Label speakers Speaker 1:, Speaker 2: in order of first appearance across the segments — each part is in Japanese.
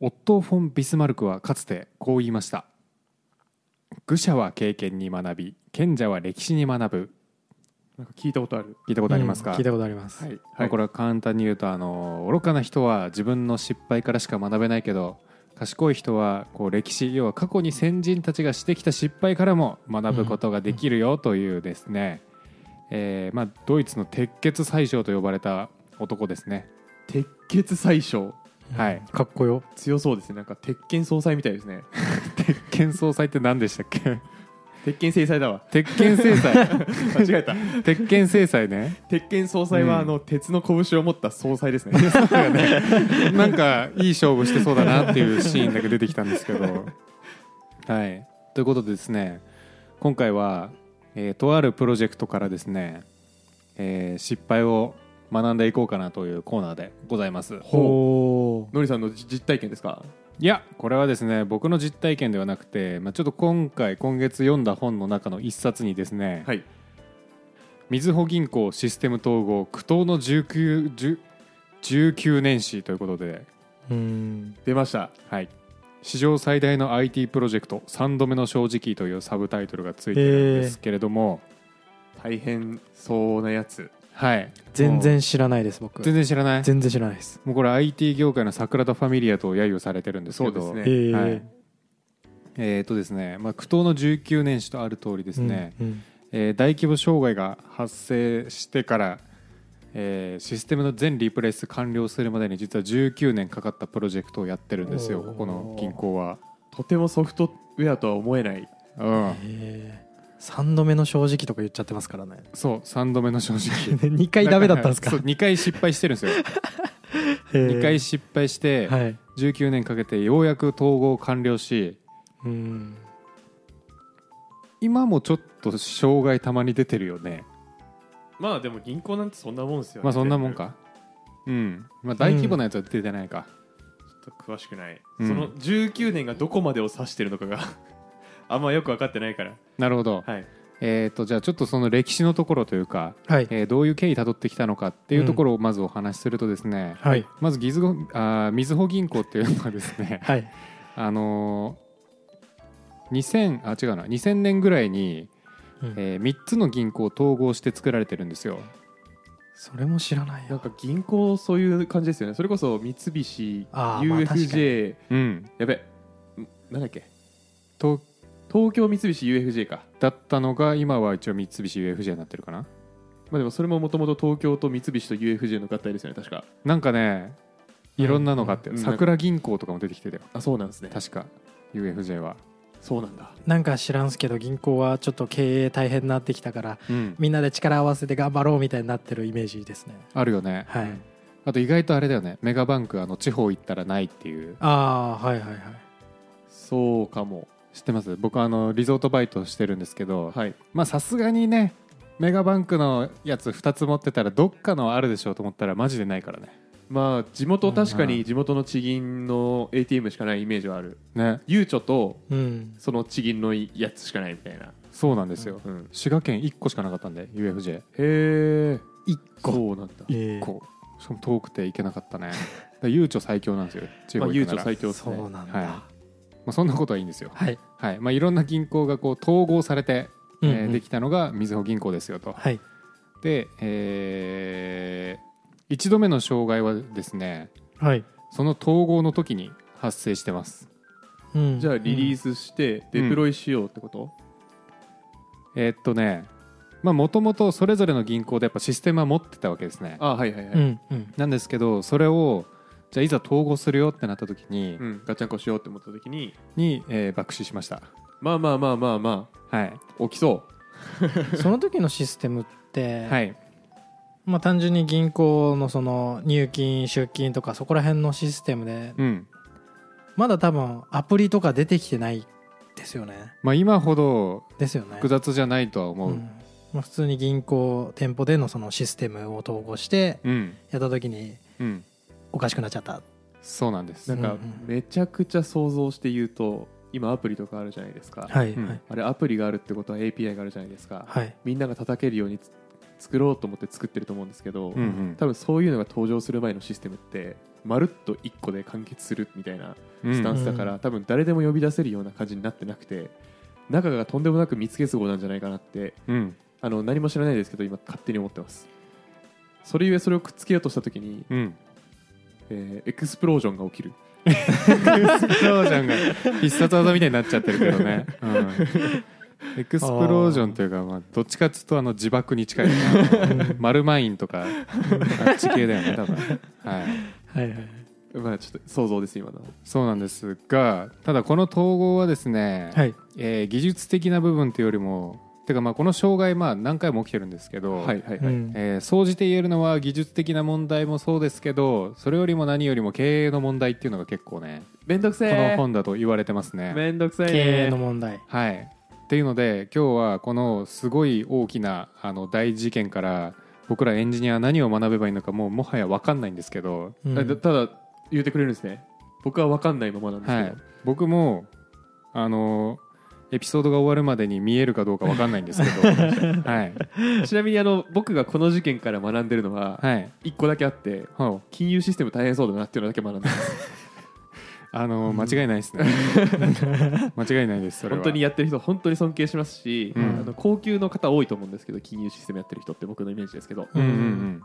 Speaker 1: オットー・フォン・ビスマルクはかつてこう言いました愚者は経験に学び賢者は歴史に学ぶ
Speaker 2: なんか聞いたことある。
Speaker 1: 聞いたことありますか、
Speaker 3: うん聞いたことあります、
Speaker 2: い。
Speaker 1: まあこれは簡単に言うとあの愚かな人は自分の失敗からしか学べないけど賢い人はこう歴史要は過去に先人たちがしてきた失敗からも学ぶことができるよというですね、えーまあ、ドイツの鉄血宰相と呼ばれた男ですね
Speaker 2: 鉄血宰相。
Speaker 1: はい
Speaker 3: かっこよ
Speaker 2: 強そうですね。なんか鉄拳総裁みたいですね。
Speaker 1: 鉄拳総裁って何でしたっけ
Speaker 2: 鉄拳制裁だわ。
Speaker 1: 鉄拳制裁
Speaker 2: 間違えた。
Speaker 1: 鉄拳制裁ね
Speaker 2: 鉄拳総裁は、
Speaker 1: うん
Speaker 2: あの鉄の拳を持った総裁ですね。
Speaker 1: なんかいい勝負してそうだなっていうシーンだけ出てきたんですけど。はい、ということでですね今回は、えーとあるプロジェクトからですね、えー失敗を学んでいこうかなというコーナーでございます。
Speaker 3: ほ
Speaker 2: のりさんのじ実体験ですか。
Speaker 1: いやこれはですね僕の実体験ではなくて、まあ、ちょっと今回今月読んだ本の中の一冊にですね、
Speaker 2: はい。
Speaker 1: みずほ銀行システム統合苦闘の 19, 10 19年史ということで
Speaker 3: ううん
Speaker 2: 出ました。
Speaker 1: はい、史上最大の IT プロジェクト「3度目の正直」というサブタイトルがついてるんですけれども、
Speaker 2: 大変そうなやつ。
Speaker 1: はい、
Speaker 3: 全然知らないです僕
Speaker 1: 全然知らない
Speaker 3: 全然知らないです
Speaker 1: もうこれ IT 業界の桜田ファミリアと揶揄されてるんですけど
Speaker 2: そうですね
Speaker 3: えー
Speaker 1: はいえーとですねまあ、苦闘の19年史とある通りですね、
Speaker 3: うんうん
Speaker 1: えー大規模障害が発生してから、えーシステムの全リプレイス完了するまでに実は19年かかったプロジェクトをやってるんですよ
Speaker 3: おー
Speaker 1: ここの銀行は、
Speaker 2: とてもソフトウェアとは思えない。
Speaker 1: うん、
Speaker 3: えー、3度目の正直とか言っちゃってますから ね
Speaker 1: そう3度目の正直
Speaker 3: 2回ダメだったんですか
Speaker 1: そう2回失敗してるんですよ2
Speaker 3: 2
Speaker 1: 回失敗して
Speaker 3: はい
Speaker 1: 19年かけてようやく統合完了し
Speaker 3: うん
Speaker 1: 今もちょっと障害たまに出てるよね
Speaker 2: まあでも銀行なんてそんなもんですよ
Speaker 1: まあそんなもん。かうんまあ大規模なやつは出てないか、
Speaker 2: ちょっと詳しくない、
Speaker 1: うん
Speaker 2: その19年がどこまでを指してるのかが あんまよく分かってないから
Speaker 1: なるほど、
Speaker 2: はい
Speaker 1: えっ、とじゃあちょっとその歴史のところというか、
Speaker 3: はい
Speaker 1: えーどういう経緯たどってきたのかっていうところをまずお話しするとですね、
Speaker 3: はい
Speaker 1: まずギズゴあーみずほ銀行っていうのはですね
Speaker 3: はい
Speaker 1: あのー2000あ違うな2000年ぐらいに、
Speaker 3: うん
Speaker 1: え3つの銀行を統合して作られてるんですよ
Speaker 3: それも知らない
Speaker 2: なん
Speaker 3: よ
Speaker 2: か銀行そういう感じですよねそれこそ三菱
Speaker 3: あーまあ
Speaker 2: UFJ、
Speaker 1: うん
Speaker 2: やべんなんだっけ
Speaker 1: と
Speaker 2: 東京三菱 UFJ か
Speaker 1: だったのが今は一応三菱 UFJ になってるかな
Speaker 2: まあでもそれももともと東京と三菱と UFJ の合体ですよね確か
Speaker 1: なんかねいろんなのがあって、
Speaker 2: うんうん
Speaker 1: 桜銀行とかも出てきてたよ
Speaker 2: あそうなんですね
Speaker 1: 確か UFJ は、
Speaker 2: そうなんだ
Speaker 3: なんか知らんすけど銀行はちょっと経営大変になってきたから
Speaker 1: うん、
Speaker 3: みんなで力合わせて頑張ろうみたいになってるイメージですね
Speaker 1: あるよね
Speaker 3: はい、
Speaker 1: あと意外とあれだよねメガバンクあの地方行ったらないっていう
Speaker 3: ああはいはいはい
Speaker 2: そうかも
Speaker 1: 知ってます僕あのリゾートバイトしてるんですけど、
Speaker 2: はい
Speaker 1: まあさすがにねメガバンクのやつ2つ持ってたらどっかのあるでしょうと思ったらマジでないからね
Speaker 2: まあ地元確かに地元の地銀の ATM しかないイメージはある
Speaker 1: ね
Speaker 2: ゆうちょと
Speaker 3: うん
Speaker 2: その地銀のやつしかないみたいな、
Speaker 1: そうなんですよ、
Speaker 2: うん、
Speaker 1: 滋賀県1個しかなかったんで UFJ1
Speaker 2: へえ
Speaker 3: 一個
Speaker 2: そうなんだ
Speaker 3: ええ
Speaker 1: 個しかも遠くて行けなかったねだからゆうちょ最強なんですよ地
Speaker 2: ま
Speaker 1: 方
Speaker 2: あ、
Speaker 1: 行
Speaker 2: 悠
Speaker 1: くな
Speaker 2: 長
Speaker 1: ら、
Speaker 2: 最強です
Speaker 3: そ
Speaker 2: ね
Speaker 3: うなんだ
Speaker 1: はいまあ、そんなことはいいんですよ
Speaker 3: はい
Speaker 1: はい、まあ、いろんな銀行がこう統合されて、
Speaker 3: うん
Speaker 1: え
Speaker 3: う
Speaker 1: ー
Speaker 3: ん
Speaker 1: できたのがみずほ銀行ですよと
Speaker 3: はい
Speaker 1: で、え1度目の障害はですね
Speaker 3: はい
Speaker 1: その統合の時に発生してます
Speaker 3: うん
Speaker 2: じゃあリリー
Speaker 3: ス
Speaker 2: スしてデプロイしようってこと、
Speaker 1: えーっとねもともとそれぞれの銀行でやっぱシステムは持ってたわけですね
Speaker 2: あはいはいはい、
Speaker 3: うんうん
Speaker 1: なんですけどそれをじゃあいざ統合するよってなった時に,、
Speaker 2: うんガチャンコしようって思った時に
Speaker 1: にえー爆死しました
Speaker 2: まあまあまあまあま
Speaker 1: はい、
Speaker 2: あ起きそ
Speaker 3: その時のシステムって、
Speaker 1: はい、
Speaker 3: まあ、単純に銀行のその入金出金とかそこら辺のシステムで
Speaker 1: うん
Speaker 3: まだ多分アプリとか出てきてないですよね
Speaker 1: まあ、今ほど
Speaker 3: ですよね
Speaker 1: 複雑じゃないとは思う、う
Speaker 3: うんんまあ、普通に銀行店舗でのそのシステムを統合して
Speaker 1: うん
Speaker 3: やった時におかしくなっちゃった
Speaker 1: そうなんで
Speaker 2: うな
Speaker 1: す
Speaker 2: ん
Speaker 3: う
Speaker 2: か
Speaker 3: んうん
Speaker 2: めちゃくちゃ想像して言うと今アプリとかあるじゃないですか、
Speaker 3: はい
Speaker 1: うん
Speaker 3: はい
Speaker 2: あれアプリがあるってことは API があるじゃないですか、
Speaker 3: はい
Speaker 2: みんなが叩けるようにつ作ろうと思って作ってると思うんですけ
Speaker 1: う
Speaker 2: ど、
Speaker 1: んうん
Speaker 2: 多分そういうのが登場する前のシステムってまるっと1個で完結するみたいな
Speaker 1: うん
Speaker 2: スタンスだから、多分誰でも呼び出せるような感じになってなくて中がとんでもなく蜜月号なんじゃないかなって
Speaker 1: うん
Speaker 2: あの何も知らないですけど今勝手に思ってますそれゆえそれをくっつけようとした時に、
Speaker 1: うん
Speaker 2: えーエクスプロージョンが起きる
Speaker 1: エクスプロージョンが必殺技みたいになっちゃってるけどね、うんエクスプロージョンというか、まあ、どっちかっつうとあの自爆に近いマルマインとかあっち系だよね多分はい
Speaker 3: はいはい
Speaker 2: まあちょっと想像です今の
Speaker 1: そうなんですがただこの統合はですね、
Speaker 3: はい
Speaker 1: えー技術的な部分というよりもてかまあこの障害まあ何回も起きてるんですけど、
Speaker 2: はいはいはい、
Speaker 3: うん
Speaker 1: えー総じて言えるのは技術的な問題もそうですけどそれよりも何よりも経営の問題っていうのが結構ね
Speaker 2: めんどくせ
Speaker 1: この
Speaker 2: え
Speaker 1: 本だと言われてますね。
Speaker 2: めんどくさいね
Speaker 3: 経営の問題
Speaker 1: はい、っていうので今日はこのすごい大きなあの大事件から僕らエンジニアは何を学べばいいのかもうもはや分かんないんですけど、
Speaker 3: うん
Speaker 2: あだただ言ってくれるんですね僕は分かんないままなんです
Speaker 1: は
Speaker 2: けど、
Speaker 1: い、僕もあのエピソードが終わるまでに見えるかどうか分かんないんですけ ど、はい
Speaker 2: ちなみにあの僕がこの事件から学んでるのは
Speaker 1: はい、
Speaker 2: 1個だけあって
Speaker 1: ほう
Speaker 2: 金融システム大変そうだなっていうのだけ学んでます
Speaker 1: あの間違いないですね間違いないですそれは
Speaker 2: 本当にやってる人本当に尊敬しますし、
Speaker 1: うん
Speaker 2: あの高級の方多いと思うんですけど金融システムやってる人って僕のイメージですけど、
Speaker 1: うんうんうん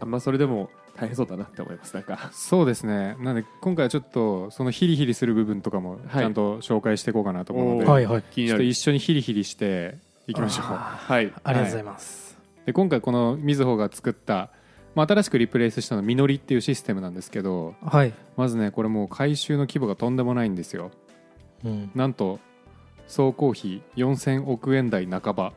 Speaker 2: あんまそれでも大変そうだなって思いますなんか
Speaker 1: そうですねなんで今回はちょっとそのヒリヒリする部分とかもちゃんと紹介していこうかなと思うので、
Speaker 2: は
Speaker 3: はいはい
Speaker 2: 気に
Speaker 1: ちょっ
Speaker 2: な
Speaker 1: と
Speaker 2: る
Speaker 1: 一緒にヒリヒリしていきましょう
Speaker 2: はい
Speaker 3: ありがとうございます
Speaker 1: で今回このみずほが作った、まあ、新しくリプレイスしたのみのりっていうシステムなんですけど
Speaker 3: はい
Speaker 1: まずねこれもう回収の規模がとんでもないんですよ
Speaker 3: うん
Speaker 1: なんと総工費4000億円台半ば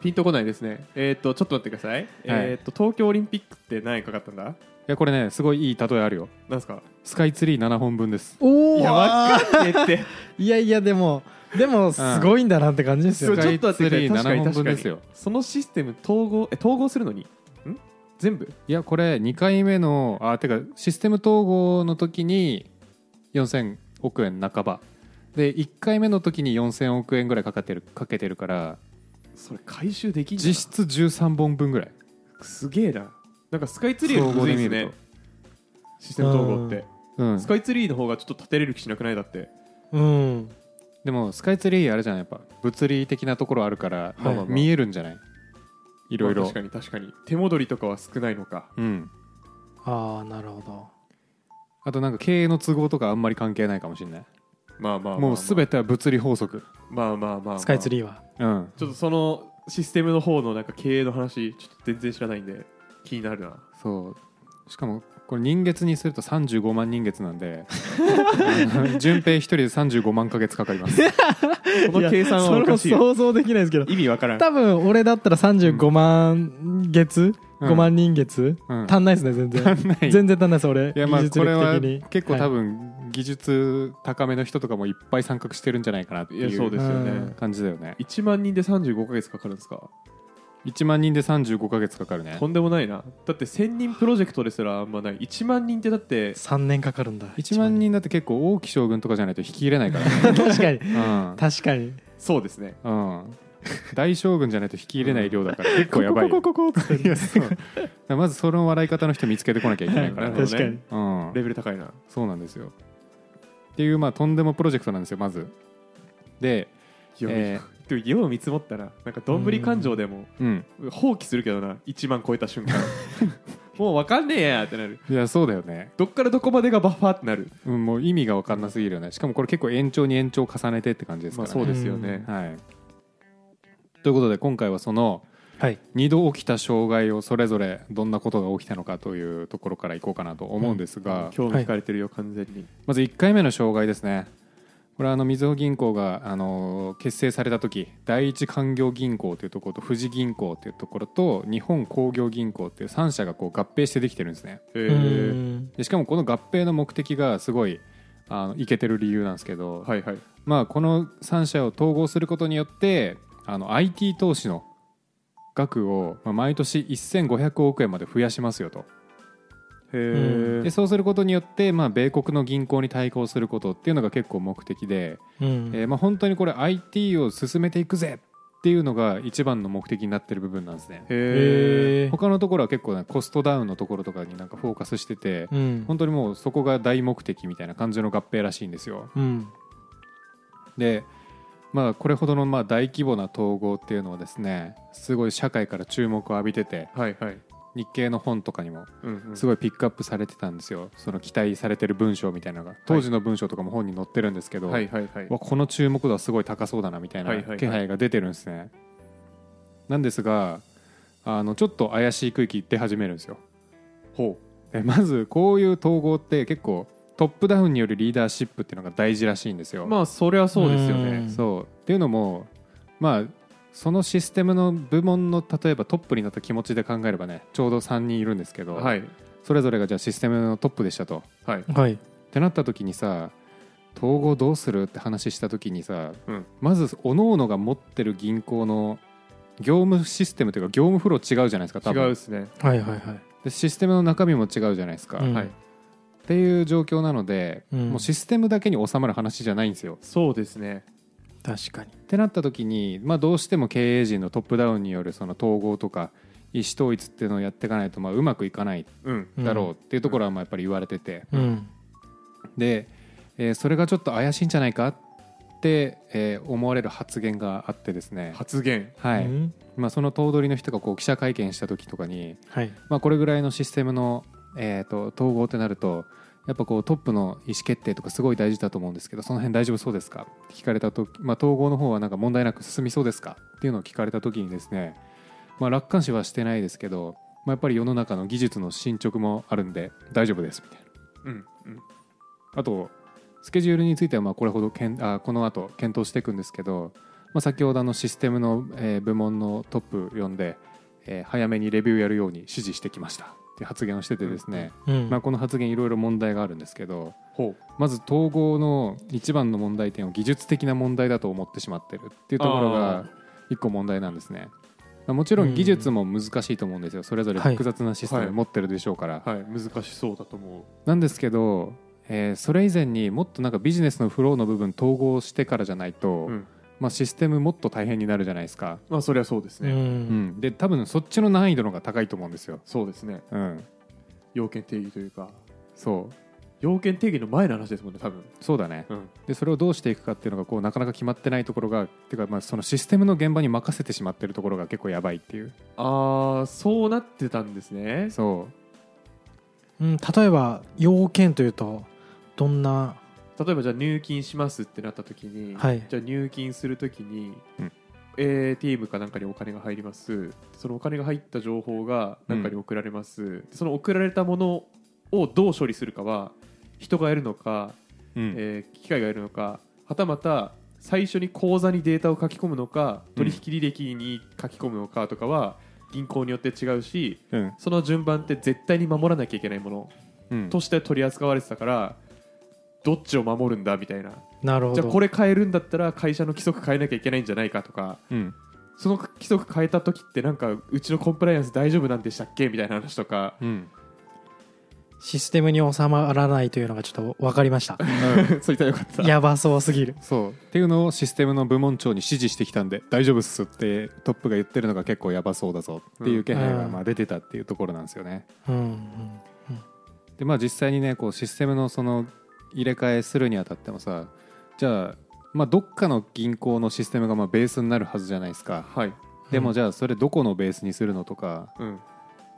Speaker 2: ピンとこないですねえーっ、とちょっと待ってください、えーっ、と東京オリンピックって何円かかったんだ
Speaker 1: いやこれねすごいいい例えあるよ
Speaker 2: なんすか
Speaker 1: スカイツリー7本分です
Speaker 3: おお
Speaker 2: いや分かんねえって
Speaker 3: いやいやでもでもすごいんだなって感じです
Speaker 2: そう
Speaker 3: よ、
Speaker 2: ちょっと待
Speaker 1: ス
Speaker 2: ってください
Speaker 1: カイツリー
Speaker 2: 確かに
Speaker 1: 7本分
Speaker 2: 確かに
Speaker 1: ですよ
Speaker 2: そのシステム統合え統合するのにん全部
Speaker 1: いやこれ2回目のあてかシステム統合の時に4000億円半ばで1回目の時に4000億円ぐらいかかってるかけてるから
Speaker 2: それ回収できんじゃ
Speaker 1: 実質13本分ぐらい
Speaker 2: すげえななんかスカイツリーよりむずいで
Speaker 1: 総合で
Speaker 2: すねシステム統合って
Speaker 1: うん
Speaker 2: スカイツリーの方がちょっと立てれる気しなくないだって
Speaker 3: うん
Speaker 1: でもスカイツリーあれじゃないやっぱ物理的なところあるから、
Speaker 3: まあまあまあ
Speaker 1: 見えるんじゃないい
Speaker 2: い
Speaker 1: ろいろ
Speaker 2: 確かに確かに手戻りとかは少ないのか
Speaker 1: うん
Speaker 3: ああなるほど
Speaker 1: あとなんか経営の都合とかあんまり関係ないかもしれない
Speaker 2: まあまあまあまあ
Speaker 1: もうすべては物理法則
Speaker 2: まあまあまあまあ
Speaker 3: スカイツリーは
Speaker 1: うん
Speaker 2: ちょっとそのシステムの方のなんか経営の話ちょっと全然知らないんで気になるな
Speaker 1: そうしかもこれ人月にすると35万人月なんで 順平一人で35万ヶ月かかります
Speaker 2: この計算はおかしい
Speaker 3: それも想像できないですけど
Speaker 2: 意味わからん
Speaker 3: 多分俺だったら35万月、
Speaker 1: うん
Speaker 3: 5万人月、
Speaker 1: うん
Speaker 3: 足んないですね全然
Speaker 1: 足んない
Speaker 3: 全然足んないです俺
Speaker 1: いやまあ
Speaker 3: 技術
Speaker 1: これは
Speaker 3: 力的に
Speaker 1: 結構多
Speaker 3: はい
Speaker 1: 分技術高めの人とかもいっぱい参画してるんじゃないかなって
Speaker 2: い
Speaker 1: い
Speaker 2: やそうで
Speaker 1: う
Speaker 2: すよね、
Speaker 3: うん
Speaker 1: 感じだよね
Speaker 2: 1万人で35か月かかるんですか
Speaker 1: 1万人で35ヶ月かかるね
Speaker 2: とんでもないなだって1000人プロジェクトですらあんまない1万人ってだって
Speaker 3: 3年かかるんだ
Speaker 1: 1万人だって結構王毅将軍とかじゃないと引き入れない からね
Speaker 3: 確かに
Speaker 1: うん
Speaker 3: 確かに
Speaker 2: そうですね
Speaker 1: うん、大将軍じゃないと引き入れない量だ から結構やばいよ
Speaker 3: ここここここ
Speaker 1: いやそうだからまずその笑い方の人見つけてこなきゃいけない から、
Speaker 2: なる
Speaker 1: ね
Speaker 2: ほど
Speaker 3: 確かに
Speaker 1: うん、
Speaker 2: レベル高いな
Speaker 1: そうなんですよっていうまあとんでもプロジェクトなんですよまずで
Speaker 2: よう、
Speaker 1: え
Speaker 2: でもよう見積もったらなんかどんぶり勘定でも
Speaker 1: うん
Speaker 2: 放棄するけどな1万超えた瞬間もうわかんねえやってなる
Speaker 1: いやそうだよね、
Speaker 2: どっからどこまでがバッファーってなる
Speaker 1: うん、もう意味が分かんなすぎるよねしかもこれ結構延長に延長を重ねてって感じです
Speaker 2: ま
Speaker 1: か
Speaker 2: あ
Speaker 1: ら、ね
Speaker 2: そうですよね、
Speaker 1: はい、ということで今回はその
Speaker 3: はい
Speaker 1: 2度起きた障害をそれぞれどんなことが起きたのかというところからいこうかなと思うんですが、
Speaker 2: 興味惹かれてるよ、完全に
Speaker 1: まず1回目の障害ですねこれはあのみずほ銀行があの結成された時第一勧業銀行というところと富士銀行というところと日本工業銀行っていう3社がこう合併してできてるんですね
Speaker 2: へえ
Speaker 3: うん
Speaker 1: でしかもこの合併の目的がすごいあのいけてる理由なんですけど、
Speaker 2: はいはい
Speaker 1: まあ、この3社を統合することによってあの IT 投資の額を、まあ、毎年1500億円まで増やしますよと
Speaker 2: へ
Speaker 3: う
Speaker 1: で
Speaker 2: え
Speaker 1: そうすることによって、まあ、米国の銀行に対抗することっていうのが結構目的で、
Speaker 3: うん
Speaker 1: えーまあ、本当にこれ IT を進めていくぜっていうのが一番の目的になってる部分なんですね
Speaker 2: へえ
Speaker 3: え
Speaker 1: 他のところは結構ねコストダウンのところとかになんかフォーカスしてて、
Speaker 3: うん
Speaker 1: 本当にもうそこが大目的みたいな感じの合併らしいんですよ
Speaker 3: うん
Speaker 1: でまあこれほどのまあ大規模な統合っていうのはですねすごい社会から注目を浴びてて
Speaker 2: はいはい
Speaker 1: 日経の本とかにも
Speaker 2: うんうん
Speaker 1: すごいピックアップされてたんですよその期待されてる文章みたいなのが当時の文章とかも本に載ってるんですけど、
Speaker 2: はいはいはい
Speaker 1: わこの注目度はすごい高そうだなみたい
Speaker 2: は
Speaker 1: な
Speaker 2: いはいはい
Speaker 1: 気配が出てるんですね、なんですがあのちょっと怪しい区域出始めるんですよ
Speaker 2: ほ
Speaker 1: でまずこういう統合って結構トップダウンによるリーダーシップっていうのが大事らしいんですよ、
Speaker 2: うまあそりゃそうですよ
Speaker 3: う
Speaker 2: ね
Speaker 3: ん
Speaker 1: そうっていうのもまあそのシステムの部門の例えばトップになった気持ちで考えればねちょうど3人いるんですけど、
Speaker 2: はい
Speaker 1: それぞれがじゃあシステムのトップでしたと。
Speaker 2: はい
Speaker 3: はい
Speaker 1: ってなった時にさ統合どうするって話した時にさ、
Speaker 2: うん
Speaker 1: まず各々が持ってる銀行の業務システムというか業務フロー違うじゃないですか
Speaker 2: 違
Speaker 1: 多
Speaker 2: う
Speaker 1: 分
Speaker 2: ですね
Speaker 3: はいはいはい
Speaker 1: でシステムの中身も違うじゃないですか、
Speaker 3: うん
Speaker 1: っ
Speaker 2: はい
Speaker 1: ていう状況なので、
Speaker 3: うん
Speaker 1: もうシステムだけに収まる話じゃないんですよ
Speaker 2: そうですね
Speaker 3: 確かに
Speaker 1: ってなった時に、まあ、どうしても経営陣のトップダウンによるその統合とか意思統一っていうのをやっていかないとまあうまくいかない
Speaker 2: うん
Speaker 1: だろうっていうところはまあやっぱり言われてて、
Speaker 3: うん
Speaker 1: で、えーそれがちょっと怪しいんじゃないかって、えー思われる発言があってですね、
Speaker 2: 発言
Speaker 1: は
Speaker 3: う
Speaker 1: い
Speaker 3: ん
Speaker 1: まあ、その頭取の人がこう記者会見した時とかに、
Speaker 3: はい
Speaker 1: まあ、これぐらいのシステムの、えーと統合ってなるとやっぱこうトップの意思決定とかすごい大事だと思うんですけどその辺大丈夫そうですかって聞かれた時、まあ、統合の方はなんか問題なく進みそうですかっていうのを聞かれた時にですね、まあ、楽観視はしてないですけど、まあ、やっぱり世の中の技術の進捗もあるんで大丈夫ですみたいな。
Speaker 2: うんうん
Speaker 1: あとスケジュールについてはまあこれほどけんあこの後検討していくんですけど、まあ、先ほどあのシステムの、えー部門のトップ呼んで、えー早めにレビューやるように指示してきましたっていう発言をしててですね、
Speaker 3: うん
Speaker 1: まあ、この発言いろいろ問題があるんですけど
Speaker 2: ほ
Speaker 1: まず統合の一番の問題点を技術的な問題だと思ってしまってるっていうところ
Speaker 2: あ
Speaker 1: が一個問題なんですね。まあもちろん技術も難しいと思うんですよ、それぞれ
Speaker 3: はい
Speaker 1: 複雑なシステム持ってるでしょうから、
Speaker 2: うはい難しそうだと思う
Speaker 1: なんですけど、えーそれ以前にもっとなんかビジネスのフローの部分統合してからじゃないと、
Speaker 2: うん
Speaker 1: まあ、システムもっと大変になるじゃないですか、
Speaker 2: まあそりゃそうです
Speaker 3: う
Speaker 2: ね、
Speaker 1: うんん、で多分そっちの難易度の方が高いと思うんですよ、
Speaker 2: そうですね
Speaker 1: うん、
Speaker 2: 要件定義というか
Speaker 1: そう
Speaker 2: 要件定義の前の話ですもんね多分
Speaker 1: そうだね
Speaker 2: うん
Speaker 1: でそれをどうしていくかっていうのがこうなかなか決まってないところがてかまあそのシステムの現場に任せてしまってるところが結構やばいっていう
Speaker 2: ああそうなってたんですね
Speaker 1: そ
Speaker 3: うん例えば要件というとどんな
Speaker 2: 例えばじゃあ入金しますってなった時に、
Speaker 3: はい
Speaker 2: じゃあ入金する時に、
Speaker 1: うん
Speaker 2: ATM かなんかにお金が入りますそのお金が入った情報がなんかに送られます、その送られたものをどう処理するかは人がやるのか、
Speaker 1: う、うん
Speaker 2: えー機械がやるのかはたまた最初に口座にデータを書き込むのか
Speaker 1: うん
Speaker 2: 取引履歴に書き込むのかとかは銀行によって違うし
Speaker 1: うん
Speaker 2: その順番って絶対に守らなきゃいけないもの
Speaker 1: うん
Speaker 2: として取り扱われてたからどっちを守るんだみたいな
Speaker 3: なるほ
Speaker 2: じ
Speaker 3: ど
Speaker 2: ゃあこれ変えるんだったら会社の規則変えなきゃいけないんじゃないかとか
Speaker 1: うん
Speaker 2: その規則変えた時ってなんかうちのコンプライアンス大丈夫なんでしたっけみたいな話とか
Speaker 1: うん
Speaker 3: システムに収まらないというのがちょっと分かりました
Speaker 2: そういったらよかった
Speaker 3: やばそうすぎる
Speaker 1: そうっていうのをシステムの部門長に指示してきたんで大丈夫っすってトップが言ってるのが結構やばそうだぞっていう気配が
Speaker 3: うん
Speaker 1: まあ出てたっていうところなんですよね。
Speaker 3: うんうん
Speaker 1: でまあ実際にねこうシステムのその入れ替えするにあたってもさじゃあまあどっかの銀行のシステムがまあベースになるはずじゃないですか。
Speaker 2: はい、
Speaker 1: でもじゃあそれどこのベースにするのとか
Speaker 2: うん、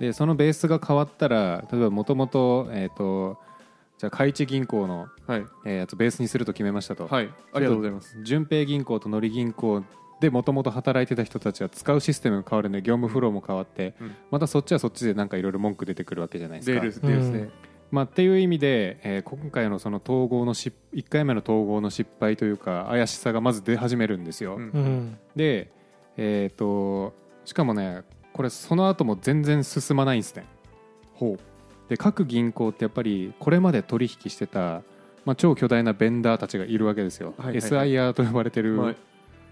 Speaker 1: でそのベースが変わったら例えばもともとえっとじゃあ開智銀行の
Speaker 2: はい
Speaker 1: えーやつベースにすると決めましたと。
Speaker 2: はいありがとうございます
Speaker 1: 順平銀行と森銀行でもともと働いてた人たちは使うシステムが変わるんで業務フローも変わって、
Speaker 2: うん
Speaker 1: またそっちはそっちでなんかいろいろ文句出てくるわけじゃないです
Speaker 2: デー
Speaker 1: か。
Speaker 2: ルスデールスね、
Speaker 1: まあ、っていう意味で、えー今回のその統合のし1回目の統合の失敗というか怪しさがまず出始めるんですよ。
Speaker 2: うん
Speaker 3: うん
Speaker 1: で、えー、としかもねこれその後も全然進まないんですね。ほうで各銀行ってやっぱりこれまで取引してた、まあ、超巨大なベンダーたちがいるわけですよ。
Speaker 2: はいはいはい
Speaker 1: SIR と呼ばれてる、
Speaker 2: まあ、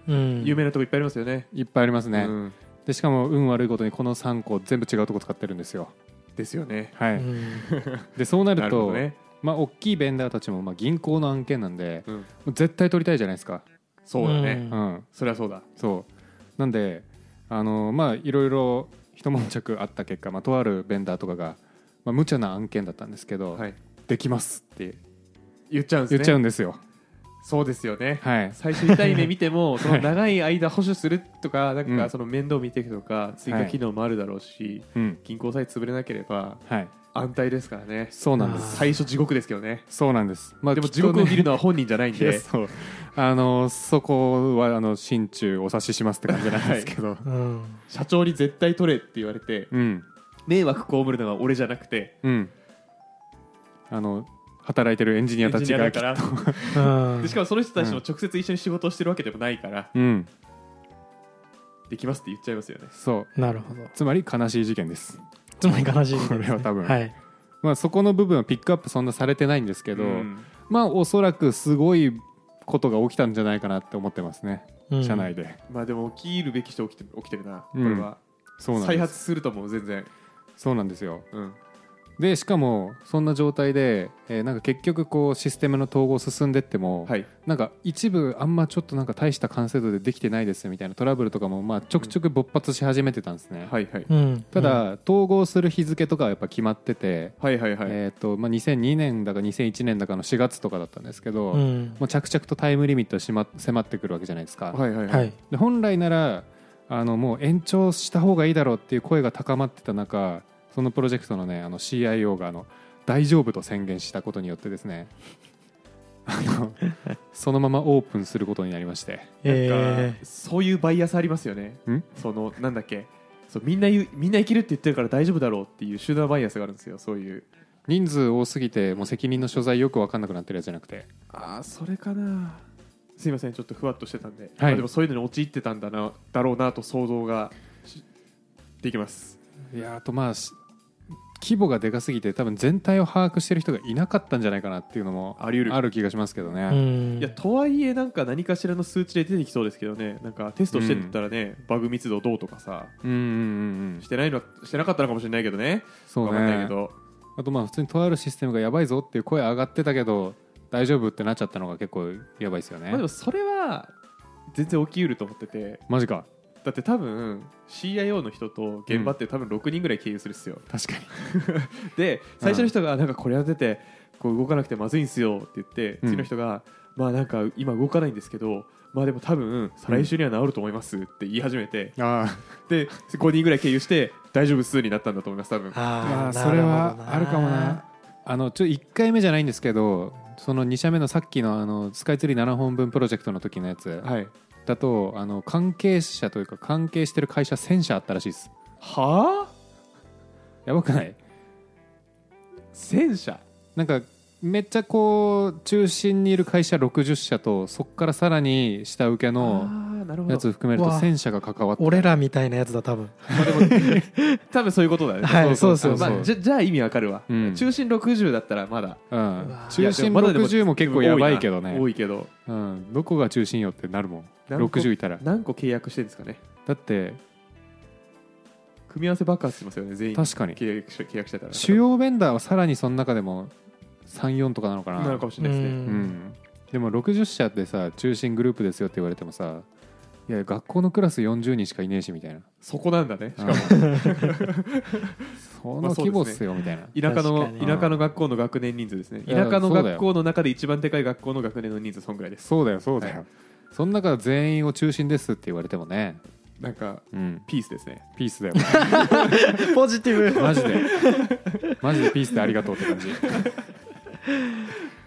Speaker 3: うん
Speaker 2: 有名なとこいっぱいありますよね
Speaker 1: いっぱいありますね、
Speaker 2: うん
Speaker 1: でしかも運悪いことにこの3個全部違うとこ使ってるんですよ
Speaker 2: ですよね
Speaker 1: はい、
Speaker 3: うん
Speaker 1: でそうな
Speaker 2: な
Speaker 1: る
Speaker 2: るほ
Speaker 1: と
Speaker 2: どね、
Speaker 1: まあ大きいベンダーたちもまあ銀行の案件なんで
Speaker 2: うん、
Speaker 1: もう絶対取りたいじゃないですか
Speaker 2: そうだね、
Speaker 3: うん
Speaker 1: うん
Speaker 2: そりゃそうだ
Speaker 1: そうなんであのまあいろいろ一悶着あった結果、まあ、とあるベンダーとかが、まあ、無茶な案件だったんですけど、
Speaker 2: はい、
Speaker 1: できますって
Speaker 2: 言っちゃうんです
Speaker 1: 言
Speaker 2: ね
Speaker 1: っちゃうんですよ。
Speaker 2: そうですよね、
Speaker 1: はい、
Speaker 2: 最初痛い目見てもその長い間保守するとかなん
Speaker 1: う
Speaker 2: か
Speaker 1: ん
Speaker 2: その面倒見ていくとか追加機能もあるだろうし、
Speaker 1: うん
Speaker 2: 銀行さえ潰れなければ
Speaker 1: はい、
Speaker 2: 安泰ですからね
Speaker 1: そうなんです
Speaker 3: あー
Speaker 2: 最初地獄ですけどね
Speaker 1: そうなんです、まあ
Speaker 2: でも
Speaker 1: きっと
Speaker 2: 地獄を
Speaker 1: ね
Speaker 2: 見るのは本人じゃ ないん
Speaker 1: いや
Speaker 2: で
Speaker 1: そうあのそこはあの心中お察ししますって感じなんですけど、
Speaker 3: うん
Speaker 2: 社長に絶対取れって言われて
Speaker 1: うん
Speaker 2: 迷惑被るのは俺じゃなくて
Speaker 1: うんあの働いてるエンジニ
Speaker 2: エ
Speaker 1: ア
Speaker 2: ン
Speaker 1: た
Speaker 2: ジ
Speaker 1: ち
Speaker 2: ニアだ
Speaker 1: がき
Speaker 2: か
Speaker 1: っ
Speaker 2: ら
Speaker 1: と
Speaker 3: うん
Speaker 2: でしかもその人たちも直接一緒に仕事をしてるわけでもないから
Speaker 1: うん
Speaker 2: できますって言っちゃいますよね
Speaker 1: そう
Speaker 3: なるほど
Speaker 1: つまり悲しい事件です
Speaker 3: つまり悲しい
Speaker 1: これは多分
Speaker 3: はい
Speaker 1: まあそこの部分はピックアップそんなされてないんですけど、
Speaker 2: うん
Speaker 1: まあおそらくすごいことが起きたんじゃないかなって思ってますね、
Speaker 3: うん
Speaker 1: 社内で
Speaker 2: まあでも起きるべき人起きて起きてるなこ
Speaker 1: うん
Speaker 2: れは
Speaker 1: そうなん
Speaker 2: 再
Speaker 1: で
Speaker 2: 発
Speaker 1: す
Speaker 2: するともう全然
Speaker 1: そうなんですよ
Speaker 2: うん
Speaker 1: でしかもそんな状態で、えーなんか結局こうシステムの統合進んでっても、
Speaker 2: はい
Speaker 1: なんか一部あんまちょっとなんか大した完成度でできてないですみたいなトラブルとかもまあちょくちょく勃発し始めてたんですね、
Speaker 2: はいはい
Speaker 3: うん
Speaker 1: ただ統合する日付とかはやっぱ決まってて、
Speaker 2: はいはいはい
Speaker 1: えーとまあ、2002年だか2001年だかの4月とかだったんですけど、
Speaker 3: うん
Speaker 1: もう着々とタイムリミットし、ま、迫ってくるわけじゃないですか、
Speaker 2: はいはい
Speaker 3: はい
Speaker 1: で本来ならあのもう延長した方がいいだろうっていう声が高まってた中そのプロジェクトのねあの CIO があの大丈夫と宣言したことによってですね あのそのままオープンすることになりまして
Speaker 2: なん
Speaker 3: え
Speaker 2: かそういうバイアスありますよね
Speaker 1: ん。
Speaker 2: そのなんだっけ、そうみんな言うみんな生きるって言ってるから大丈夫だろうっていう集団バイアスがあるんですよ。そういう。
Speaker 1: 人数多すぎてもう責任の所在よく分かんなくなってるやつじゃなくて
Speaker 2: ああそれかな。すいませんちょっとふわっとしてたんで、
Speaker 1: はい
Speaker 2: まあでもそういうのに陥ってたんだなだろうなと想像がしできます。
Speaker 1: いやーあとまあし規模がでかすぎて多分全体を把握してる人がいなかったんじゃないかなっていうのも
Speaker 2: あり得る
Speaker 1: ある気がしますけど
Speaker 3: え
Speaker 1: ね、
Speaker 3: うん
Speaker 2: いやとはいえなんか何かしらの数値で出てきそうですけどねなんかテストしてったらね、バグ密度どうとかさ
Speaker 1: うんうんうんうん
Speaker 2: してないのはしてなかったのかもしれないけどね
Speaker 1: そう
Speaker 2: わ
Speaker 1: ね
Speaker 2: かんないけど
Speaker 1: あとまあ普通にとあるシステムがやばいぞっていう声上がってたけど大丈夫ってなっちゃったのが結構やばいですよね、
Speaker 2: まあでもそれは全然起きうると思ってて
Speaker 1: マジか
Speaker 2: だって多分 CIO の人と現場って多分6人ぐらい経由するっすよ、
Speaker 1: 確かに
Speaker 2: で最初の人がなんかこれは出てこう動かなくてまずいんすよって言って
Speaker 1: うん
Speaker 2: 次の人がまあなんか今動かないんですけどまあでも多分再来週には治ると思いますって言い始めて
Speaker 1: あ
Speaker 2: で5人ぐらい経由して大丈夫っすになったんだと思います多分
Speaker 3: あ
Speaker 1: あ
Speaker 3: あ
Speaker 1: それはあるかもなあのちょ1回目じゃないんですけどその2社目のさっきのあのスカイツリー7本分プロジェクトの時のやつ
Speaker 2: はい
Speaker 1: だとあの関係者というか関係してる会社1000社あったらしいです
Speaker 2: はあ
Speaker 1: やばくない
Speaker 2: 戦車
Speaker 1: なんかめっちゃこう中心にいる会社60社とそこからさらに下請け
Speaker 2: あ
Speaker 1: の
Speaker 2: ーなるほ
Speaker 1: や
Speaker 2: ど
Speaker 1: つ含めると
Speaker 3: うわ
Speaker 1: 1000社が関わって
Speaker 3: 俺らみたいなやつだ多分
Speaker 2: 多分そういうことだね、
Speaker 3: はい
Speaker 1: そうそう
Speaker 2: まあ、じゃじゃあ意味わかるわ、
Speaker 1: うん
Speaker 2: 中心60だったらまだ
Speaker 1: うん
Speaker 3: わ、
Speaker 1: 中心
Speaker 2: いやでもまだでも
Speaker 1: 60も結構やばいけど
Speaker 2: 多な多
Speaker 1: ね、
Speaker 2: いけど
Speaker 1: うん、どこが中心よってなるもん
Speaker 2: 何個
Speaker 1: 60いたら
Speaker 2: 何個契約してるんですかね
Speaker 1: だって
Speaker 2: 組み合わせ爆発してますよね全員
Speaker 1: 確かに
Speaker 2: 契約し契約してたら
Speaker 1: 主要ベンダーはさらにその中でも34とかなのかな
Speaker 2: なのかもしれないですね
Speaker 1: うんでも60社ってさ中心グループですよって言われてもさいや学校のクラス40人しかいねえしみたいな
Speaker 2: そこなんだねしかも
Speaker 1: その規模っすよみたいな、
Speaker 2: 田舎の
Speaker 3: 確
Speaker 1: かに
Speaker 2: 田舎の学校の学年人数ですね
Speaker 1: いや
Speaker 2: 田舎の
Speaker 1: そうだよ
Speaker 2: 学校の中で一番でかい学校の学年の人数そんぐらいです
Speaker 1: そうだよそう
Speaker 2: だよ、
Speaker 1: その中で全員を中心ですって言われてもね、
Speaker 2: なんか
Speaker 1: うん、
Speaker 2: ピースですね
Speaker 1: ピースだよ
Speaker 3: ポジティブ
Speaker 1: マジでマジでピースでありがとうって感じ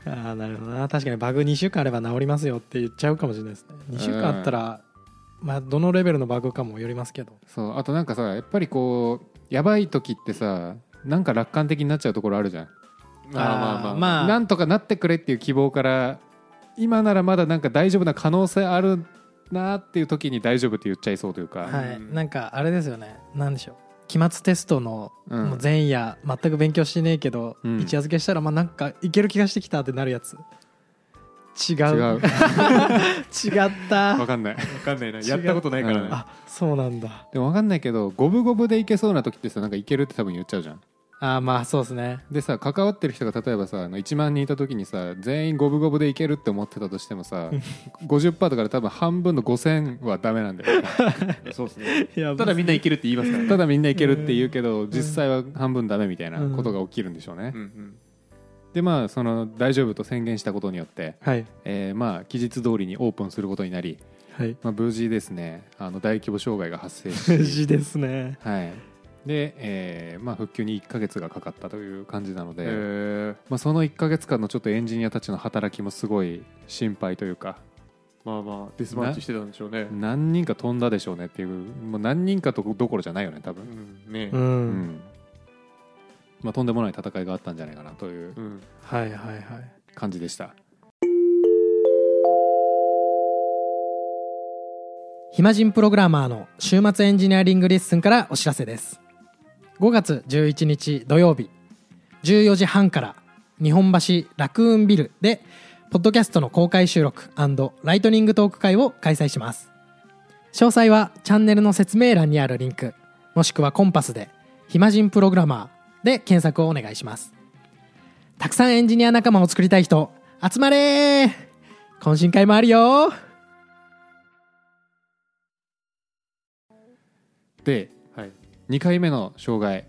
Speaker 3: ああなるほどな確かにバグ2週間あれば治りますよって言っちゃうかもしれないですね2週間あったら、まあどのレベルのバグかもよりますけど
Speaker 1: そうあとなんかさやっぱりこうやばい時ってさなんか楽観的になっちゃうところあるじゃん、
Speaker 3: あー
Speaker 2: あ
Speaker 3: まあ
Speaker 1: なんとかなってくれっていう希望から今ならまだなんか大丈夫な可能性あるなっていう時に大丈夫って言っちゃいそうというか、
Speaker 3: は
Speaker 2: う
Speaker 3: い
Speaker 2: ん
Speaker 3: なんかあれですよねなんでしょう期末テストの
Speaker 1: うん
Speaker 3: もう前夜全く勉強してねえけど、
Speaker 1: うん
Speaker 3: 一夜漬けしたらまあなんかいける気がしてきたってなるやつ違
Speaker 1: 違
Speaker 3: う
Speaker 1: う
Speaker 3: 違った
Speaker 1: 分かんない
Speaker 2: 分かんないなやったことないからね
Speaker 1: 違う
Speaker 2: あ
Speaker 3: あそうなんだ
Speaker 1: でも分かんないけど五分五分でいけそうな時ってさなんかいけるって多分言っちゃうじゃん
Speaker 3: ああまあそうですね
Speaker 1: でさ関わってる人が例えばさあの1万人いた時にさ全員五分五分でいけるって思ってたとしてもさ50%とかで多分半分の5000はダメなんだよ ね
Speaker 2: そうですね
Speaker 3: いや
Speaker 2: ただみんないけるって言いますからね
Speaker 1: ただみんないけるって言うけど実際は半分ダメみたいなことが起きるんでしょうね、
Speaker 2: うんうん
Speaker 1: でまあその大丈夫と宣言したことによって、
Speaker 3: はい
Speaker 1: えーまあ期日通りにオープンすることになり、
Speaker 3: はい
Speaker 1: まあ、無事ですねあの大規模障害が発生 し
Speaker 3: 無事ですね
Speaker 1: はいで、えーまあ、復旧に1ヶ月がかかったという感じなので、
Speaker 2: えー
Speaker 1: まあ、その1ヶ月間のちょっとエンジニアたちの働きもすごい心配というか
Speaker 2: まあまあデスマッチしてたんでしょうね
Speaker 1: 何人か飛んだでしょうねっていうもう何人かとどころじゃないよね多分、
Speaker 2: うんね
Speaker 3: う
Speaker 1: うんんまあ、とんでもない戦いがあったんじゃないかなという
Speaker 2: うん
Speaker 3: はいはいはい
Speaker 1: 感じでした、
Speaker 3: 暇人プログラマーの週末エンジニアリングレッスンからお知らせです5月11日土曜日14時半から日本橋ラクーンビルでポッドキャストの公開収録ライトニングトーク会を開催します詳細はチャンネルの説明欄にあるリンクもしくはコンパスで「暇人プログラマー」で検索をお願いしますたくさんエンジニア仲間を作りたい人集まれー懇親会もあるよー
Speaker 1: で
Speaker 2: はい
Speaker 1: 2回目の障害、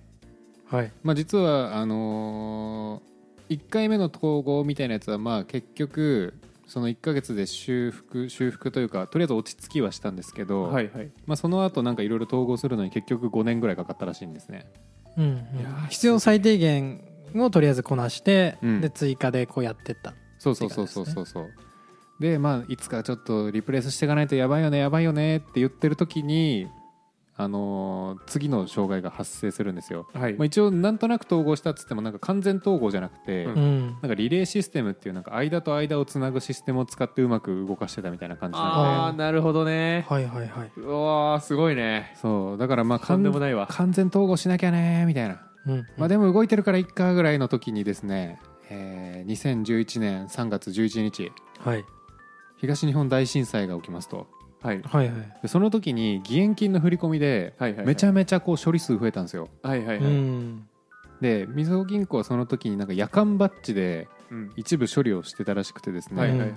Speaker 3: はい
Speaker 1: まあ、実はあの1回目の統合みたいなやつはまあ結局その1ヶ月で修復修復というかとりあえず落ち着きはしたんですけど、
Speaker 2: はいはい
Speaker 1: まあ、その後なんかいろいろ統合するのに結局5年ぐらいかかったらしいんですね
Speaker 3: うん
Speaker 2: いやー
Speaker 3: 必要最低限をとりあえずこなして、
Speaker 1: うん
Speaker 3: で追加でこうやってった
Speaker 1: そうそうそうそうそうそうでまあいつかちょっとリプレイスしていかないとやばいよねやばいよねって言ってる時にあのー次の障害が発生するんですよ、
Speaker 2: はい
Speaker 1: まあ、一応なんとなく統合したっつってもなんか完全統合じゃなくて、
Speaker 2: うん
Speaker 3: うん
Speaker 1: なんかリレーシステムっていうなんか間と間をつなぐシステムを使ってうまく動かしてたみたいな感じな
Speaker 3: ー
Speaker 1: の
Speaker 2: ああなるほどね
Speaker 3: はいはいはいう
Speaker 2: わーすごいね
Speaker 1: でそうだからまあ
Speaker 2: とんでも
Speaker 1: 完
Speaker 2: ないわ
Speaker 1: 完全統合しなきゃねみたいな
Speaker 3: うん
Speaker 1: まあ、でも動いてるからいっかぐらいの時にですね、えー2011年3月11日
Speaker 3: はい
Speaker 1: 東日本大震災が起きますと
Speaker 2: はい
Speaker 3: はいはい
Speaker 1: でその時に義援金の振り込みで
Speaker 2: はいはい
Speaker 1: めちゃめちゃこう処理数増えたんですよ
Speaker 2: はいはいはいううん
Speaker 3: ん
Speaker 1: でみずほ銀行はその時になんか夜間バッジで
Speaker 2: うん
Speaker 1: 一部処理をしてたらしくてですね、
Speaker 2: はいはいはい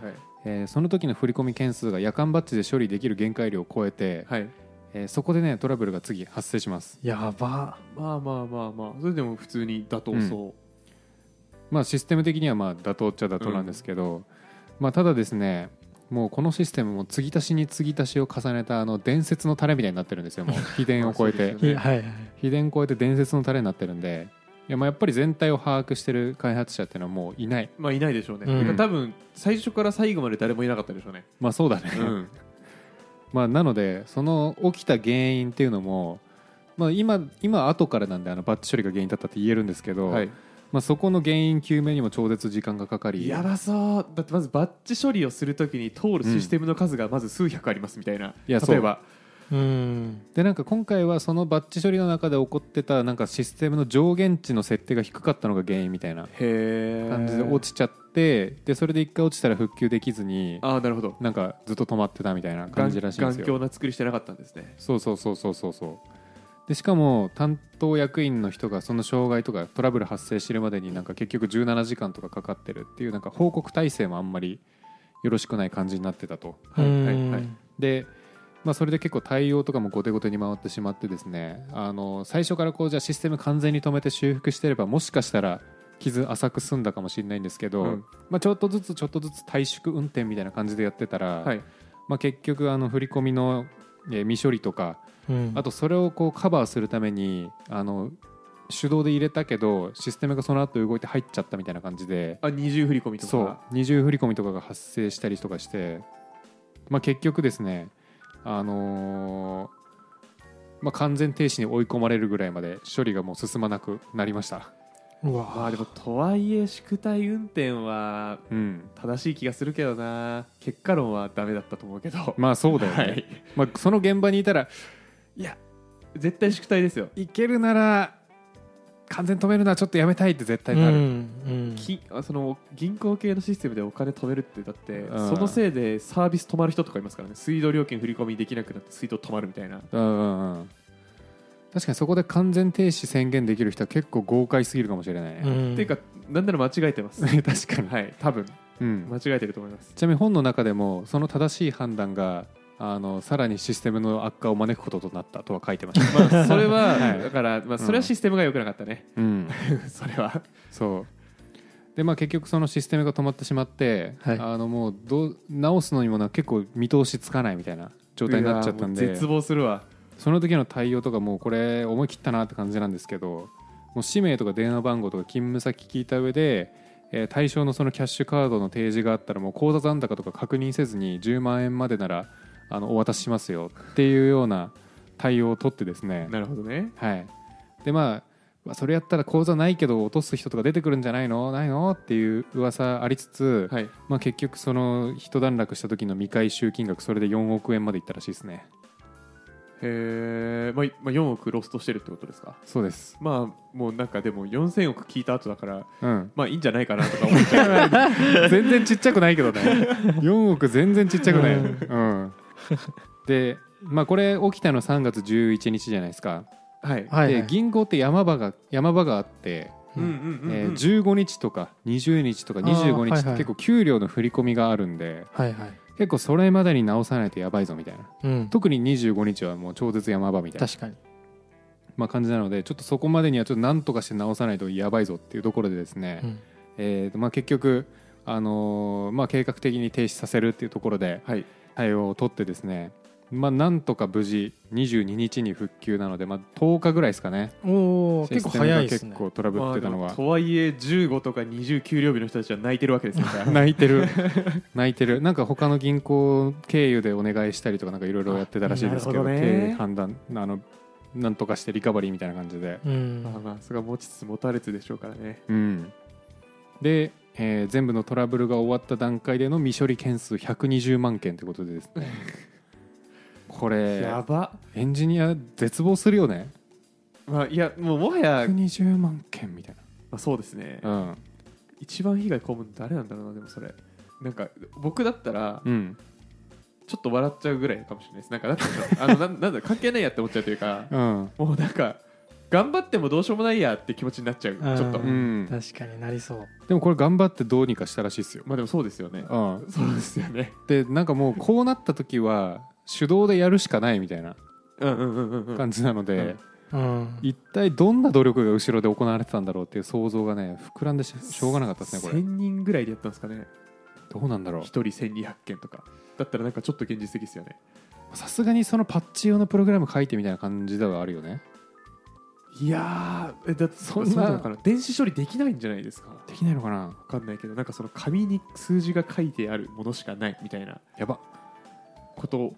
Speaker 1: えーその時の振り込み件数が夜間バッジで処理できる限界量を超えて、
Speaker 2: はい
Speaker 1: えーそこでねトラブルが次発生します
Speaker 3: やば
Speaker 2: まあまあまあまあそれでも普通に妥当そ
Speaker 1: まあ、システム的にはまあ妥当っちゃ妥当なんですけど、まあ、ただですねもうこのシステムも継ぎ足しに継ぎ足しを重ねたあの伝説のタレみたいになってるんですよもう秘伝を超え
Speaker 2: まあ
Speaker 1: て
Speaker 2: そうですよね
Speaker 3: いはいはい
Speaker 1: 秘伝超えて伝説のタレになってるんでいやまあやっぱり全体を把握してる開発者っていうのはもういないう
Speaker 2: まあいないでしょうね
Speaker 3: うん
Speaker 2: てか多分最初から最後まで誰もいなかったでしょうね
Speaker 1: まあそうだね、
Speaker 2: うん
Speaker 1: まあなのでその起きた原因っていうのも、まあ、今今後からなんであのバッチ処理が原因だったって言えるんですけど、
Speaker 2: はい
Speaker 1: まあ、そこの原因究明にも超絶時間がかかり
Speaker 2: やばそうだってまずバッチ処理をするときに通るシステムの数がまず数百ありますみたいな、
Speaker 1: いやそう
Speaker 2: 例えば
Speaker 3: うん
Speaker 1: でなんか今回はそのバッチ処理の中で起こってたなんかシステムの上限値の設定が低かったのが原因みたいな
Speaker 2: へえ
Speaker 1: 感じで落ちちゃってでそれで一回落ちたら復旧できずに
Speaker 2: ああなるほど
Speaker 1: なんかずっと止まってたみたいな感
Speaker 2: 頑
Speaker 1: じらしいんです
Speaker 2: 頑強
Speaker 1: よ
Speaker 2: な作りしてなかったんですね
Speaker 1: そうそうそうそうそうそうでしかも担当役員の人がその障害とかトラブル発生してるまでになんか結局17時間とかかかってるっていうなんか報告体制もあんまりよろしくない感じになってたと
Speaker 2: はいはいはい
Speaker 1: で、まあ、それで結構対応とかも後手後手に回ってしまってですねあの最初からこうじゃあシステム完全に止めて修復してればもしかしたら傷浅く済んだかもしれないんですけど、
Speaker 2: うん
Speaker 1: まあ、ちょっとずつちょっとずつ短縮運転みたいな感じでやってたら、
Speaker 2: はい
Speaker 1: まあ、結局あの振り込みのえー未処理とか
Speaker 3: うん
Speaker 1: あとそれをこうカバーするためにあの手動で入れたけどシステムがその後動いて入っちゃったみたいな感じで
Speaker 2: あ二重振り込みとか
Speaker 1: そう二重振り込みとかが発生したりとかして、まあ、結局ですね、あのーまあ、完全停止に追い込まれるぐらいまで処理がもう進まなくなりました、
Speaker 3: う
Speaker 2: まあ
Speaker 3: わ
Speaker 2: でもとはいえ宿題運転は
Speaker 1: うん、
Speaker 2: 正しい気がするけどな結果論はダメだったと思うけど、
Speaker 1: まあそうだよね、
Speaker 2: はい
Speaker 1: まあ、その現場にいたら
Speaker 2: いや絶対宿題ですよ
Speaker 1: いけるなら完全止めるのはちょっとやめたいって絶
Speaker 3: う
Speaker 1: 対
Speaker 3: んう
Speaker 1: なる、
Speaker 3: ん
Speaker 2: きあその銀行系のシステムでお金止めるってだって
Speaker 1: うん
Speaker 2: そのせいでサービス止まる人とかいますからね水道料金振り込みできなくなって水道止まるみたいな
Speaker 1: うんうんうん確かにそこで完全停止宣言できる人は結構豪快すぎるかもしれないね、
Speaker 3: ん
Speaker 2: っていうかなんなら間違えてま す
Speaker 1: 確かに、
Speaker 2: はい多分
Speaker 1: うん
Speaker 2: 間違えてると思います
Speaker 1: ちなみに本の中でもその正しい判断があのさらにシステムの悪化を招くこととなったとは書いて ました、
Speaker 2: まあそれは、
Speaker 1: はい
Speaker 2: だから、まあ、それはシステムが良くなかったね、
Speaker 1: うん、
Speaker 2: それは
Speaker 1: そうでまあ結局そのシステムが止まってしまって、
Speaker 2: はい
Speaker 1: あのもうどう直すのにもな結構見通しつかないみたいな状態になっちゃったん
Speaker 2: うわも
Speaker 1: で
Speaker 2: う絶望するわ
Speaker 1: その時の対応とかもうこれ思い切ったなって感じなんですけどもう氏名とか電話番号とか勤務先聞いた上で、えー対象のそのキャッシュカードの提示があったらもう口座残高とか確認せずに10万円までならあのお渡ししますよっていうような対応を取ってですね
Speaker 2: なるほどね
Speaker 1: はい、でまあまあそれやったら口座ないけど落とす人とか出てくるんじゃないのないのっていう噂ありつつ、
Speaker 2: はい
Speaker 1: まあ、結局その一段落した時の未回収金額それで4億円までいったらしいですね
Speaker 2: えーまあ、まあ4億ロストしてるってことですか
Speaker 1: そうです
Speaker 2: まあもうなんかでも4000億聞いた後だから
Speaker 1: うん
Speaker 2: まあいいんじゃないかなとか 思っちゃう
Speaker 1: 全然ちっちゃくないけ どね4億全然ちっちゃくない、
Speaker 3: う
Speaker 1: うん、でまあこれ起きたの3月11日じゃないですか、
Speaker 2: はい、
Speaker 3: はい、は
Speaker 1: で
Speaker 3: い、
Speaker 1: 銀行って山場が山場があって
Speaker 2: うんうんうんうん、
Speaker 1: えー15日とか20日とか25日
Speaker 3: あーは
Speaker 1: っ
Speaker 3: い
Speaker 1: て
Speaker 3: はい
Speaker 1: 結構給料の振り込みがあるんで
Speaker 3: はいはい
Speaker 1: 結構それまでに直さないとやばいぞみたいな
Speaker 3: うん
Speaker 1: 特に25日はもう超絶山場みたいな、
Speaker 3: 確かに
Speaker 1: まあ、感じなのでちょっとそこまでにはちょっと何とかして直さないとやばいぞっていうところでですね、
Speaker 3: うん
Speaker 1: えーとまあ、結局、あのーまあ、計画的に停止させるっていうところで
Speaker 2: はい
Speaker 1: 対応を取ってですね、まあ、なんとか無事22日に復旧なので、まあ、10日ぐらいですかね
Speaker 3: おお結構早いで
Speaker 1: シス
Speaker 3: す
Speaker 1: テム
Speaker 3: ね
Speaker 1: が結構トラブってたの
Speaker 2: まあ
Speaker 1: は
Speaker 2: でもとはいえ15とか20給料日の人たちは泣いてるわけですよ
Speaker 1: 泣いてる泣いてるなんか他の銀行経由でお願いしたりとかなんかいろいろやってたらしいですけど
Speaker 2: あなるほどね
Speaker 1: 経営判断あのなんとかしてリカバリーみたいな感じで、
Speaker 3: うん
Speaker 2: まあまあそれは持ちつ持たれつでしょうからね
Speaker 1: うん、で、えー全部のトラブルが終わった段階での未処理件数120万件ということでです ねこれ
Speaker 2: やば
Speaker 1: エンジニア絶望するよね
Speaker 2: まあいやもうもはや、ま
Speaker 1: 120万件みたい
Speaker 2: あ、そうですね
Speaker 1: な
Speaker 2: 一番被害被るの誰なんだろうなでもそれなんか僕だったら
Speaker 1: うん、うん
Speaker 2: ちょっと笑っちゃうぐらいかもしれないですなんかなんていうのあのなん なんだ関係ないやって思っちゃうというか
Speaker 1: うん
Speaker 2: もうなんか頑張ってもどうしようもないやって気持ちになっちゃうち
Speaker 3: あー
Speaker 2: ょっと
Speaker 1: う、
Speaker 3: うん確かになりそう
Speaker 1: でもこれ頑張ってどうにかしたらしいですよ、
Speaker 2: まあでもそうですよね
Speaker 1: うん、
Speaker 2: そうですよね
Speaker 1: でなんかもうこうなった時は手動でやるしかないみたいな
Speaker 2: うんうんうんうんうん
Speaker 1: 感じなので、
Speaker 2: うん
Speaker 3: うん
Speaker 1: 一体どんな努力が後ろで行われてたんだろうっていう想像がね膨らんでししょうがなかったですねこれ
Speaker 2: 1000人ぐらいでやったんですかね
Speaker 1: どうなんだろう
Speaker 2: 1人1200件とかだったらなんかちょっと現実的ですよね
Speaker 1: さすがにそのパッチ用のプログラム書いてみたいな感じではあるよね
Speaker 2: いやーえだってそ
Speaker 1: ん
Speaker 2: ん
Speaker 1: な
Speaker 2: なのかな電子処理できないんじゃないですかわ
Speaker 1: できないのかな
Speaker 2: かんないけどなんかその紙に数字が書いてあるものしかないみたいな
Speaker 1: やば
Speaker 2: こと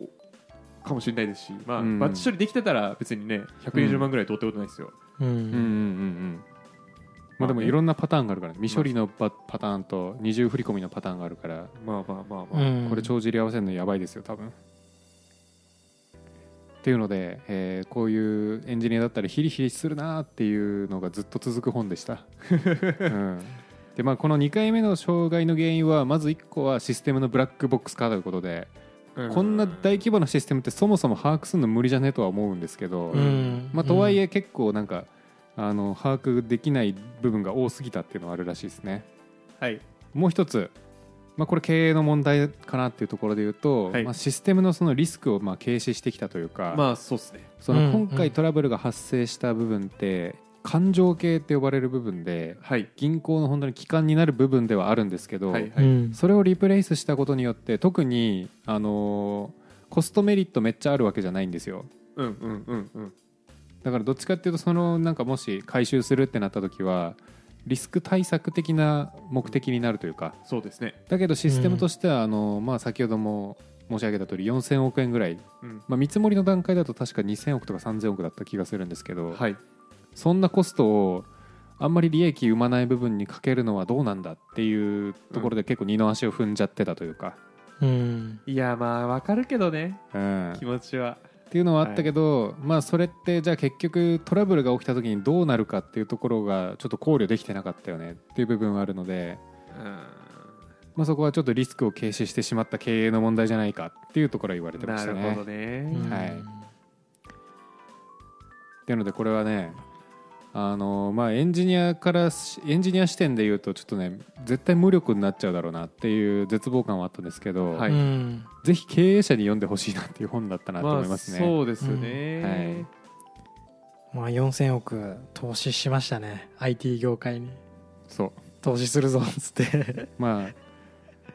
Speaker 2: かもしれないですし、まあ
Speaker 1: うん
Speaker 2: バッチ処理できてたら別にね120万ぐらいどうってことないですよ、
Speaker 3: う
Speaker 1: うんうんうん
Speaker 3: ん
Speaker 1: うんまあで
Speaker 2: まあ
Speaker 1: も
Speaker 2: ね
Speaker 1: いろんなパターンがあるから未処理のパパターンと二重振り込みのパターンがあるから
Speaker 2: まあまあまあまあ、
Speaker 3: うん
Speaker 1: これ帳尻合わせるのやばいですよ多分っていうので、えーこういうエンジニアだったらヒリヒリするなーっていうのがずっと続く本でした、うんでまあ、この2回目の障害の原因はまず1個はシステムのブラックボックス化ということで
Speaker 2: う
Speaker 1: こんな大規模なシステムってそもそも把握するの無理じゃねとは思うんですけど、まあ、とはいえ結構なんか、あの把握できない部分が多すぎたっていうのはあるらしいですね。
Speaker 2: はい
Speaker 1: もう一つ、まあ、これ経営の問題かなっていうところで言うと、
Speaker 2: はい
Speaker 1: まあ、システムのそのリスクをまあ軽視してきたというか、
Speaker 2: まあそうですね
Speaker 1: そ
Speaker 3: うんう
Speaker 1: の
Speaker 3: ん
Speaker 1: 今回トラブルが発生した部分って感情系って呼ばれる部分で
Speaker 2: はい
Speaker 1: 銀行の本当に基幹になる部分ではあるんですけど、
Speaker 2: はいは
Speaker 3: う
Speaker 2: い、
Speaker 3: ん
Speaker 1: それをリプレイスしたことによって特に、あのーコストメリットめっちゃあるわけじゃないんですよ
Speaker 2: うんうんうんうん
Speaker 1: だからどっちかっていうとそのなんかもし回収するってなった時はリスク対策的な目的になるというか
Speaker 2: そうですね、
Speaker 1: だけどシステムとしては、あのまあ、先ほども申し上げた通り4000億円ぐらい、
Speaker 2: うん、
Speaker 1: まあ、見積もりの段階だと確か2000億とか3000億だった気がするんですけど、
Speaker 2: はい
Speaker 1: そんなコストをあんまり利益生まない部分にかけるのはどうなんだっていうところで結構二の足を踏んじゃってたというか、
Speaker 3: うん
Speaker 2: いやまあわかるけどね
Speaker 1: うんっ
Speaker 2: 気持ちは
Speaker 1: ていうのはあったけど、まあ、それってじゃあ結局トラブルが起きた時にどうなるかっていうところがちょっと考慮できてなかったよねっていう部分はあるので、
Speaker 2: う
Speaker 1: まあ、そこはちょっとリスクを軽視してしまった経営の問題じゃないかっていうところは言われ
Speaker 2: ん
Speaker 1: てまし
Speaker 2: な
Speaker 1: た
Speaker 2: る
Speaker 1: ね。
Speaker 2: ほどね、
Speaker 1: はいっていうのでこれはねあのまあエンジニアからしエンジニア視点で言うとちょっとね絶対無力になっちゃうだろうなっていう絶望感はあったんですけど、
Speaker 2: はい
Speaker 3: うん
Speaker 1: ぜひ経営者に読んでほしいなっていう本だったなと思いますね。
Speaker 2: まあ、そうですね、
Speaker 3: まあ、4000億投資しましたね IT 業界に
Speaker 1: そう
Speaker 3: 投資するぞっつって
Speaker 1: まあ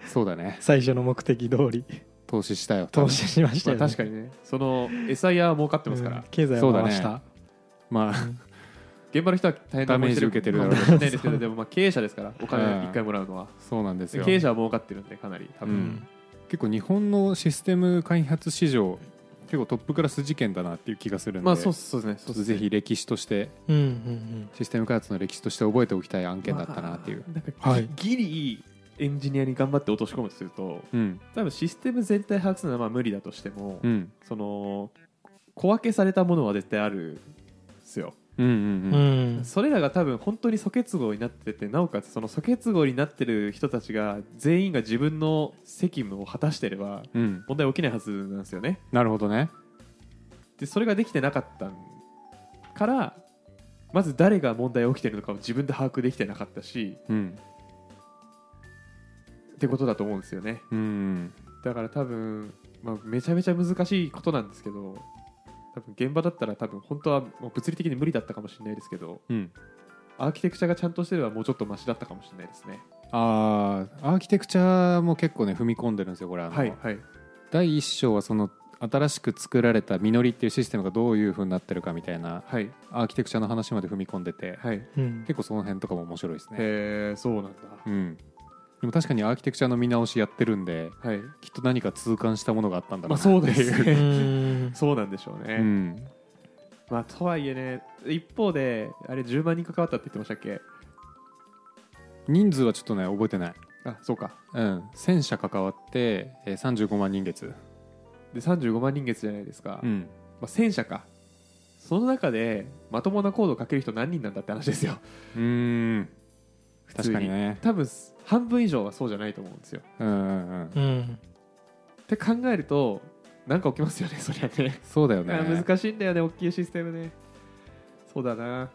Speaker 1: そうだね
Speaker 3: 最初の目的通り
Speaker 1: 投資したよ
Speaker 3: 投資しましたよ、ね
Speaker 2: まあ、確かにねその餌や儲かってますから、
Speaker 3: うん経済を回した、
Speaker 1: まあ
Speaker 2: 現場の人は大変な思いしてる
Speaker 1: ダメージ受けてるだろう
Speaker 2: かもしれないですけどでもまあ経営者ですからお
Speaker 1: うん
Speaker 2: 金一回もらうのは、
Speaker 1: そうなんです
Speaker 2: で
Speaker 1: よ
Speaker 2: 経営者は儲かってるんでかなり多
Speaker 1: う
Speaker 2: 分、
Speaker 1: ん結構日本のシステム開発市場結構トップクラス事件だなっていう気がするんで、
Speaker 2: まあそうっすそうですね
Speaker 1: ちょ
Speaker 2: そ
Speaker 1: っ
Speaker 2: う
Speaker 1: と
Speaker 2: っすね
Speaker 1: ぜひ歴史として
Speaker 3: うんうん
Speaker 1: システム開発の歴史として覚えておきたい案件だったなっていう、
Speaker 2: まあなんか
Speaker 3: はい
Speaker 2: ギリエンジニアに頑張って落とし込むとすると
Speaker 1: うん
Speaker 2: 多分システム全体把握するのはまあ無理だとしても、
Speaker 1: うん
Speaker 2: その小分けされたものは絶対あるんですよ
Speaker 1: うんうんう
Speaker 3: う
Speaker 1: ん
Speaker 3: んうん
Speaker 2: それらが多分本当に素結合になっててなおかつその素結合になってる人たちが全員が自分の責務を果たしてれば
Speaker 1: うん
Speaker 2: 問題起きないはずなんですよね
Speaker 1: なるほどね
Speaker 2: でそれができてなかったからまず誰が問題起きてるのかを自分で把握できてなかったし
Speaker 1: うん
Speaker 2: ってことだと思うんですよね
Speaker 1: うん
Speaker 2: だから多分、まあ、めちゃめちゃ難しいことなんですけど多分現場だったら多分本当はもう物理的に無理だったかもしれないですけど
Speaker 1: うん
Speaker 2: アーキテクチャがちゃんとしてればもうちょっとマシだったかもしれないですね
Speaker 1: あーアーキテクチャも結構ね踏み込んでるんですよこれあの、
Speaker 2: はいはい
Speaker 1: 第1章はその新しく作られた実りっていうシステムがどういうふうになってるかみたいな
Speaker 2: はい
Speaker 1: アーキテクチャの話まで踏み込んでて、
Speaker 2: はいへ
Speaker 3: うん
Speaker 1: 結構その辺とかも面白いですね、
Speaker 2: えそうなんだ
Speaker 1: うん、でも確かにアーキテクチャの見直しやってるんで
Speaker 2: はい
Speaker 1: きっと何か痛感したものがあったんだろ
Speaker 2: ま
Speaker 1: う
Speaker 2: あ
Speaker 1: なってい
Speaker 2: そうです
Speaker 3: う
Speaker 2: ね
Speaker 3: ん
Speaker 2: そうなんでしょうね、
Speaker 1: うん、
Speaker 2: まあとはいえね一方であれ10万人関わったって言ってましたっけ
Speaker 1: 人数はちょっとね覚えてない、
Speaker 2: あそうか
Speaker 1: うん、1000社関わって、えー35万人月、
Speaker 2: で35万人月じゃないですか、
Speaker 1: うん、
Speaker 2: まあ、1000社かその中でまともなコードを書ける人何人なんだって話ですよ
Speaker 1: うーん確かにね
Speaker 2: 多分半分以上はそうじゃないと思うんですよ
Speaker 1: うんうんうん
Speaker 3: うん
Speaker 2: って考えるとなんか起きますよねそりゃね
Speaker 1: そうだよね
Speaker 2: 難しいんだよね大きいシステムねそうだな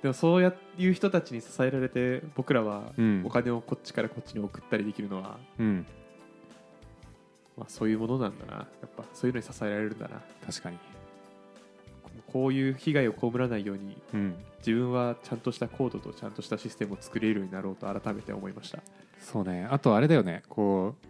Speaker 2: でもそうやいう人たちに支えられて僕らは
Speaker 1: うん
Speaker 2: お金をこっちからこっちに送ったりできるのは、
Speaker 1: うん、
Speaker 2: まあ、そういうものなんだなやっぱそういうのに支えられるんだな
Speaker 1: 確かに、
Speaker 2: こういう被害を被らないように
Speaker 1: うん、
Speaker 2: 自分はちゃんとしたコードとちゃんとしたシステムを作れるようになろうと改めて思いました
Speaker 1: そうねあとあれだよねこう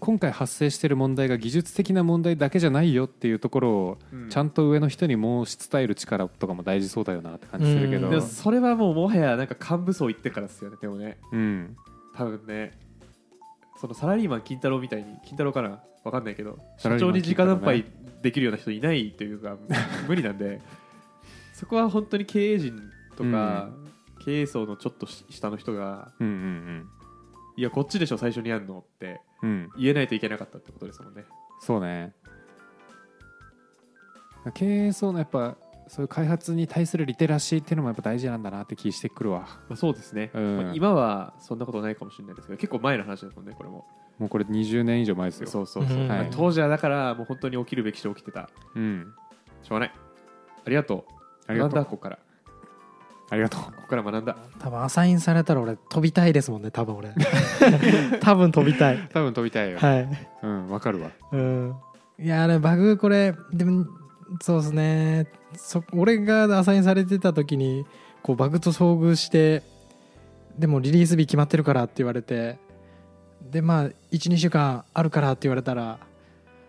Speaker 1: 今回発生してる問題が技術的な問題だけじゃないよっていうところをちゃんと上の人にもうし伝える力とかも大事そうだよなって感じするけど、
Speaker 3: う
Speaker 2: と
Speaker 3: ん
Speaker 2: でもそれはもうもはやなんか幹部層行ってからですよねでもね
Speaker 1: うん、
Speaker 2: 多分ねそのサラリーマン金太郎みたいに金太郎かなわかんないけど
Speaker 1: サラ
Speaker 2: 社
Speaker 1: リーマ
Speaker 2: 長
Speaker 1: ン金
Speaker 2: に
Speaker 1: 太
Speaker 2: 直
Speaker 1: 郎ね
Speaker 2: 談判できるような人いないとい うか無理なんでそこは本当に経営陣とか、経営層のちょっと下の人が
Speaker 1: うんうん
Speaker 2: いやこっちでしょ最初にやるのって
Speaker 1: うんうん
Speaker 2: 言えないといけなかったってことですもんね
Speaker 1: そうね経営層のやっぱそういう開発に対するリテラシーっていうのもやっぱ大事なんだなって気してくるわ
Speaker 2: まあ、そうですね、
Speaker 1: うん
Speaker 2: まあ今はそんなことないかもしれないですけど結構前の話ですもんねこれも
Speaker 1: もうこれ20年以上前ですよ
Speaker 2: そうそうそう、
Speaker 3: うん
Speaker 2: まあ当時はだからもう本当に起きるべきして起きてた
Speaker 1: うん、
Speaker 2: しょうがないありがとう
Speaker 1: ありがと
Speaker 2: 学んだ
Speaker 1: う
Speaker 2: ここから
Speaker 1: ありがとう
Speaker 2: ここから学んだ
Speaker 3: 多分アサインされたら俺飛びたいですもんね多分俺 多分飛びたい
Speaker 1: 多分飛びたいよ、
Speaker 3: はい
Speaker 1: うんわかるわ
Speaker 3: うんいやあれバグこれでもそうですねそ俺がアサインされてた時にこうバグと遭遇してでもリリース日決まってるからって言われてでまあ12週間あるからって言われたら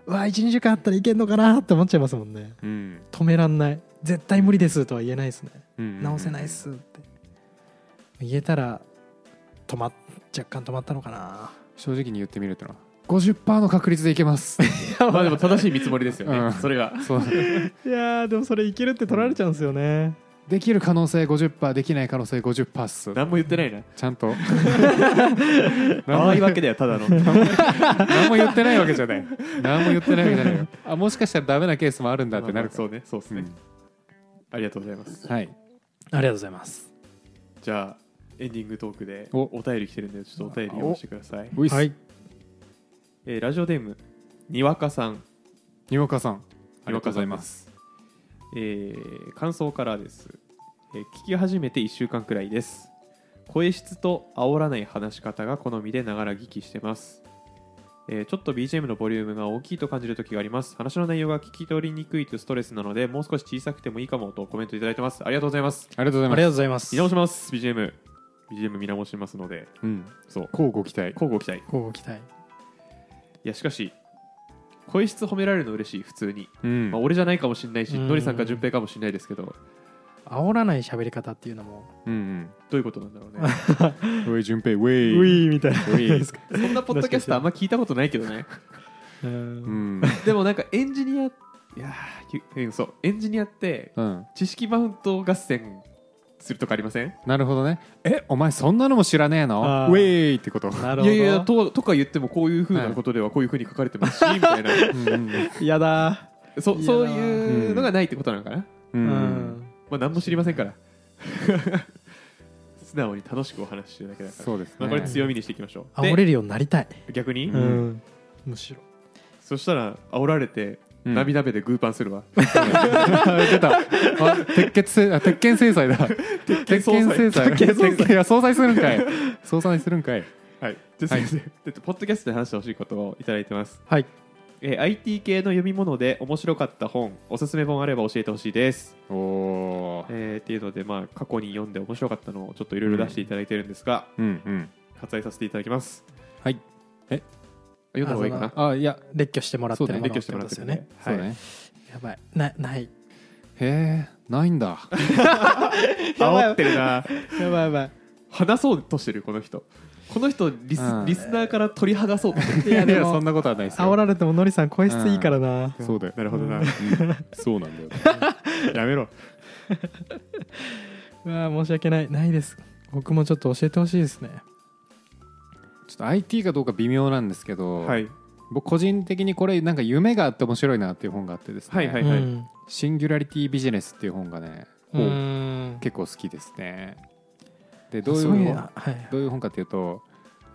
Speaker 3: うわ12週間あったらいけんのかなって思っちゃいますもんね
Speaker 1: うん、
Speaker 3: 止めらんない絶対無理ですとは言えないですね
Speaker 1: うん、
Speaker 3: 直せないっすって言えたら止まっ若干止まったのかな
Speaker 1: 正直に言ってみるとな50%の確率でいけます
Speaker 2: まあでも正しい見積もりですよね、
Speaker 1: うん
Speaker 2: それが
Speaker 1: そう
Speaker 3: いやーでもそれいけるって取られちゃうんですよね、
Speaker 1: できる可能性50%できない可能性50%っす
Speaker 2: 何も言ってないな
Speaker 1: ちゃんと
Speaker 2: ああいうわけ
Speaker 1: で
Speaker 2: だよただのま
Speaker 1: 何も言ってないわけじゃない何も言ってないわけじゃないよあもしかしたらダメなケースもあるんだ
Speaker 2: あ
Speaker 1: ってなる
Speaker 2: まあ
Speaker 1: か
Speaker 2: そ
Speaker 1: ら
Speaker 2: うねそうですね、
Speaker 1: うん
Speaker 2: ありがとうございます
Speaker 1: はい
Speaker 3: ありがとうございます
Speaker 2: じゃあエンディングトークで
Speaker 1: お
Speaker 2: お便り来てるんでちょっとお便り読ませてください、
Speaker 1: ウィス、
Speaker 3: はい
Speaker 2: えーラジオデームにわかさん
Speaker 1: にわかさんあり
Speaker 2: に
Speaker 1: がとう
Speaker 2: わか
Speaker 1: ござ
Speaker 2: さ
Speaker 1: い
Speaker 2: んで
Speaker 1: ます
Speaker 2: すえー感想からです、えー聞き始めて1週間くらいです声質と煽らない話し方が好みでながら聞きしてます、えーちょっと BGM のボリュームが大きいと感じる時があります話の内容が聞き取りにくいとストレスなのでもう少し小さくてもいいかもとコメントいただいてますありがとうございます
Speaker 1: ありがとう
Speaker 3: あ
Speaker 1: ご
Speaker 3: りが
Speaker 1: ざい
Speaker 3: と
Speaker 1: ま
Speaker 3: うございます
Speaker 2: 見直します BGM BGM 見直しますのです
Speaker 1: うん
Speaker 2: そう
Speaker 1: 乞うご期待
Speaker 2: 交互期待
Speaker 3: 乞うご期
Speaker 2: い
Speaker 3: 待
Speaker 2: やしかし声質褒められるの嬉しい普通に、
Speaker 1: うん
Speaker 2: まあ、俺じゃないかもしれないし
Speaker 3: うん
Speaker 2: ノリさんか順平かもしれないですけどど
Speaker 3: 煽らない喋り方っていうのも
Speaker 1: うん
Speaker 2: ういうことなんだろうね
Speaker 1: うんウェイ順平ウェイ
Speaker 3: ィーみたいな
Speaker 1: ウェイ
Speaker 2: そんなポッドキャストあんま聞いたことないけどね
Speaker 3: う
Speaker 1: うんん
Speaker 2: でもなんかエンジニアいやーきうんそうエンジニアって
Speaker 1: うん
Speaker 2: 知識マウント合戦するとかありません
Speaker 1: なるほどねえお前そんなのも知らねえの
Speaker 3: あー
Speaker 1: ウェイってこと
Speaker 3: なる
Speaker 2: い
Speaker 3: ほど
Speaker 2: やいやととか言ってもこういうふうなことではこういうふうに書かれてますし、みた いな
Speaker 3: やだ
Speaker 2: そ
Speaker 3: いやだ
Speaker 2: そういうのがないってことなのかな、
Speaker 1: う
Speaker 3: うんん
Speaker 2: まあ何も知りません から素直に楽しくお話ししてるだけだから
Speaker 1: そうです
Speaker 2: ま
Speaker 1: ね
Speaker 2: あ、これ強みにしていきましょう。
Speaker 3: 煽
Speaker 2: で
Speaker 3: れるようになりたい
Speaker 2: 逆に、
Speaker 1: うん
Speaker 3: むしろ
Speaker 2: そしたら煽られて、
Speaker 1: うん
Speaker 2: 涙目でグーパンす るわ。
Speaker 1: 出たあ鉄血制あ鉄拳制裁だ鉄拳制裁
Speaker 2: 鉄拳総裁
Speaker 1: 鉄拳いや総裁するん かい総裁するんかい
Speaker 2: はい。じゃあ、
Speaker 1: はい
Speaker 2: 先生えっとポッドキャストで話してほしいことをいただいてます。
Speaker 3: はい
Speaker 2: えー IT 系の読み物で面白かった本、おすすめ本あれば教えてほしいです。
Speaker 1: おおー
Speaker 2: えーっていうので、まあ、過去に読んで面白かったのをちょっといろいろ出していただいてるんですが、
Speaker 1: うんうん
Speaker 2: 割愛させていただきます。
Speaker 1: はい
Speaker 2: 読んだ方がいいかな。
Speaker 1: あいや
Speaker 3: 列挙してもらって
Speaker 1: そ
Speaker 3: る
Speaker 1: うだ
Speaker 3: も
Speaker 1: ね
Speaker 3: の
Speaker 2: 列挙してもらってる
Speaker 3: こ
Speaker 2: ん
Speaker 3: とです
Speaker 2: で
Speaker 3: よね
Speaker 1: そうだ
Speaker 2: はい
Speaker 1: ね
Speaker 3: やばいなない
Speaker 1: へえないんだ
Speaker 2: 煽ってるな。
Speaker 3: やばいやばい
Speaker 2: 話そうとしてる、この人。この人リス、
Speaker 1: うん
Speaker 2: リスナーから取り剥がそうとしてる。
Speaker 3: いやでも
Speaker 1: んなことはないですよ
Speaker 3: 煽られてものりさん声質いいからな
Speaker 1: そうだよ
Speaker 2: なるほどな。
Speaker 1: そうなん だよ
Speaker 2: やめろ。
Speaker 3: うわー申し訳ないないです僕もちょっと教えてほしいですね
Speaker 1: ちょっと IT かどうか微妙なんですけど、
Speaker 2: はい。
Speaker 1: 僕個人的にこれなんか夢があって面白いなっていう本があってですね、
Speaker 2: はいはいうはい
Speaker 3: ん
Speaker 1: シンギュラリティビジネスっていう本がね
Speaker 3: うーん
Speaker 1: 結構好きですねでどういう
Speaker 3: そ
Speaker 1: 本
Speaker 3: あはい
Speaker 1: どういう本かっていうと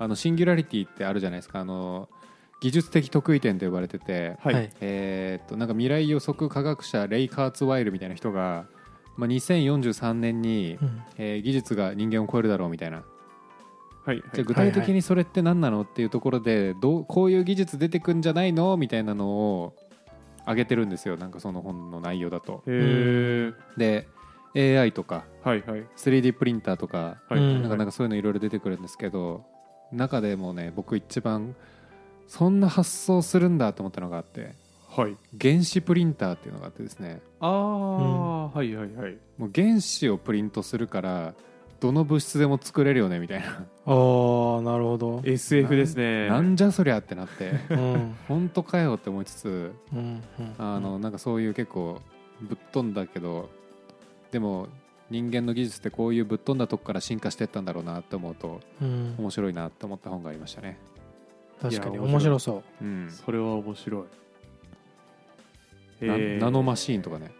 Speaker 1: あのシンギュラリティってあるじゃないですかあの技術的得意点と呼ばれてて、
Speaker 2: はい。
Speaker 3: はい
Speaker 1: えーっとなんか未来予測科学者レイ・カーツワイルみたいな人が、まあ、2043年に、
Speaker 3: うん
Speaker 1: えー技術が人間を超えるだろうみたいな
Speaker 2: はい。
Speaker 1: じゃあ具体的にそれって何なのっていうところでどうこういう技術出てくんじゃないのみたいなのを上げてるんですよなんかその本の内容だと。
Speaker 2: へえ。
Speaker 1: で AI とか
Speaker 2: はいはい。
Speaker 1: 3D プリンターとか
Speaker 2: はい。
Speaker 3: うん
Speaker 1: なんかなんかそういうのいろいろ出てくるんですけど中でもね僕一番そんな発想するんだと思ったのがあって
Speaker 2: はい。
Speaker 1: 原子プリンターっていうのがあってですね
Speaker 2: ああ、はいはいはい。
Speaker 1: もう原子をプリントするからどの物質でも作れるよねみたいな、
Speaker 3: あーなるほど
Speaker 2: SF ですね。
Speaker 1: なんじゃそりゃってな って
Speaker 3: うん
Speaker 1: 本当かよって思いつつ
Speaker 3: うんうん
Speaker 1: あのなんかそういう結構ぶっ飛んだけどでも人間の技術ってこういうぶっ飛んだとこから進化してったんだろうなって思うと
Speaker 3: うん
Speaker 1: 面白いなって思った本がありましたね。
Speaker 3: 確かに
Speaker 2: いや
Speaker 3: 面白そう
Speaker 1: うん、
Speaker 2: それは面白い。
Speaker 1: な
Speaker 2: へー
Speaker 1: ナノマシーンとかね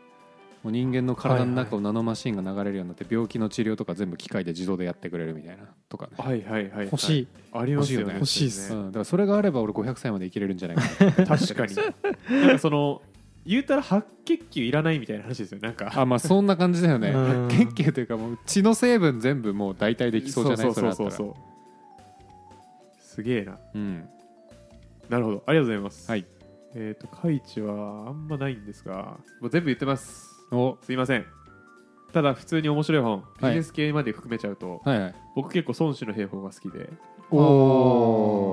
Speaker 1: もう人間の体の中をナノマシーンが流れるようになって病気の治療とか全部機械で自動でやってくれるみたいなとかね、
Speaker 2: はいはいはい。
Speaker 3: 欲しい
Speaker 2: ありますよね。
Speaker 1: 欲
Speaker 3: しいよね欲しいっす
Speaker 1: う
Speaker 2: うん
Speaker 1: ん、だからそれがあれば俺500歳まで生きれるんじゃないかな
Speaker 2: 確かに。なんかその、言うたら白血球いらないみたいな話ですよ。なんか。
Speaker 1: あまあそんな感じだよね
Speaker 3: うん
Speaker 1: 研究というかもう血の成分全部もう代替できそうじゃない
Speaker 2: そうそうそう
Speaker 1: れだった
Speaker 2: そ
Speaker 1: ら
Speaker 2: う。すげえな。
Speaker 1: うん
Speaker 2: なるほど。ありがとうございます。
Speaker 1: はい。
Speaker 2: えっと、開知はあんまないんですが、もう全部言ってます。
Speaker 1: お
Speaker 2: すいませんただ普通に面白い本ビ
Speaker 1: はい
Speaker 2: ジネス系まで含めちゃうと、
Speaker 1: はいはい
Speaker 2: 僕結構孫子の兵法が好きで
Speaker 1: お
Speaker 3: おー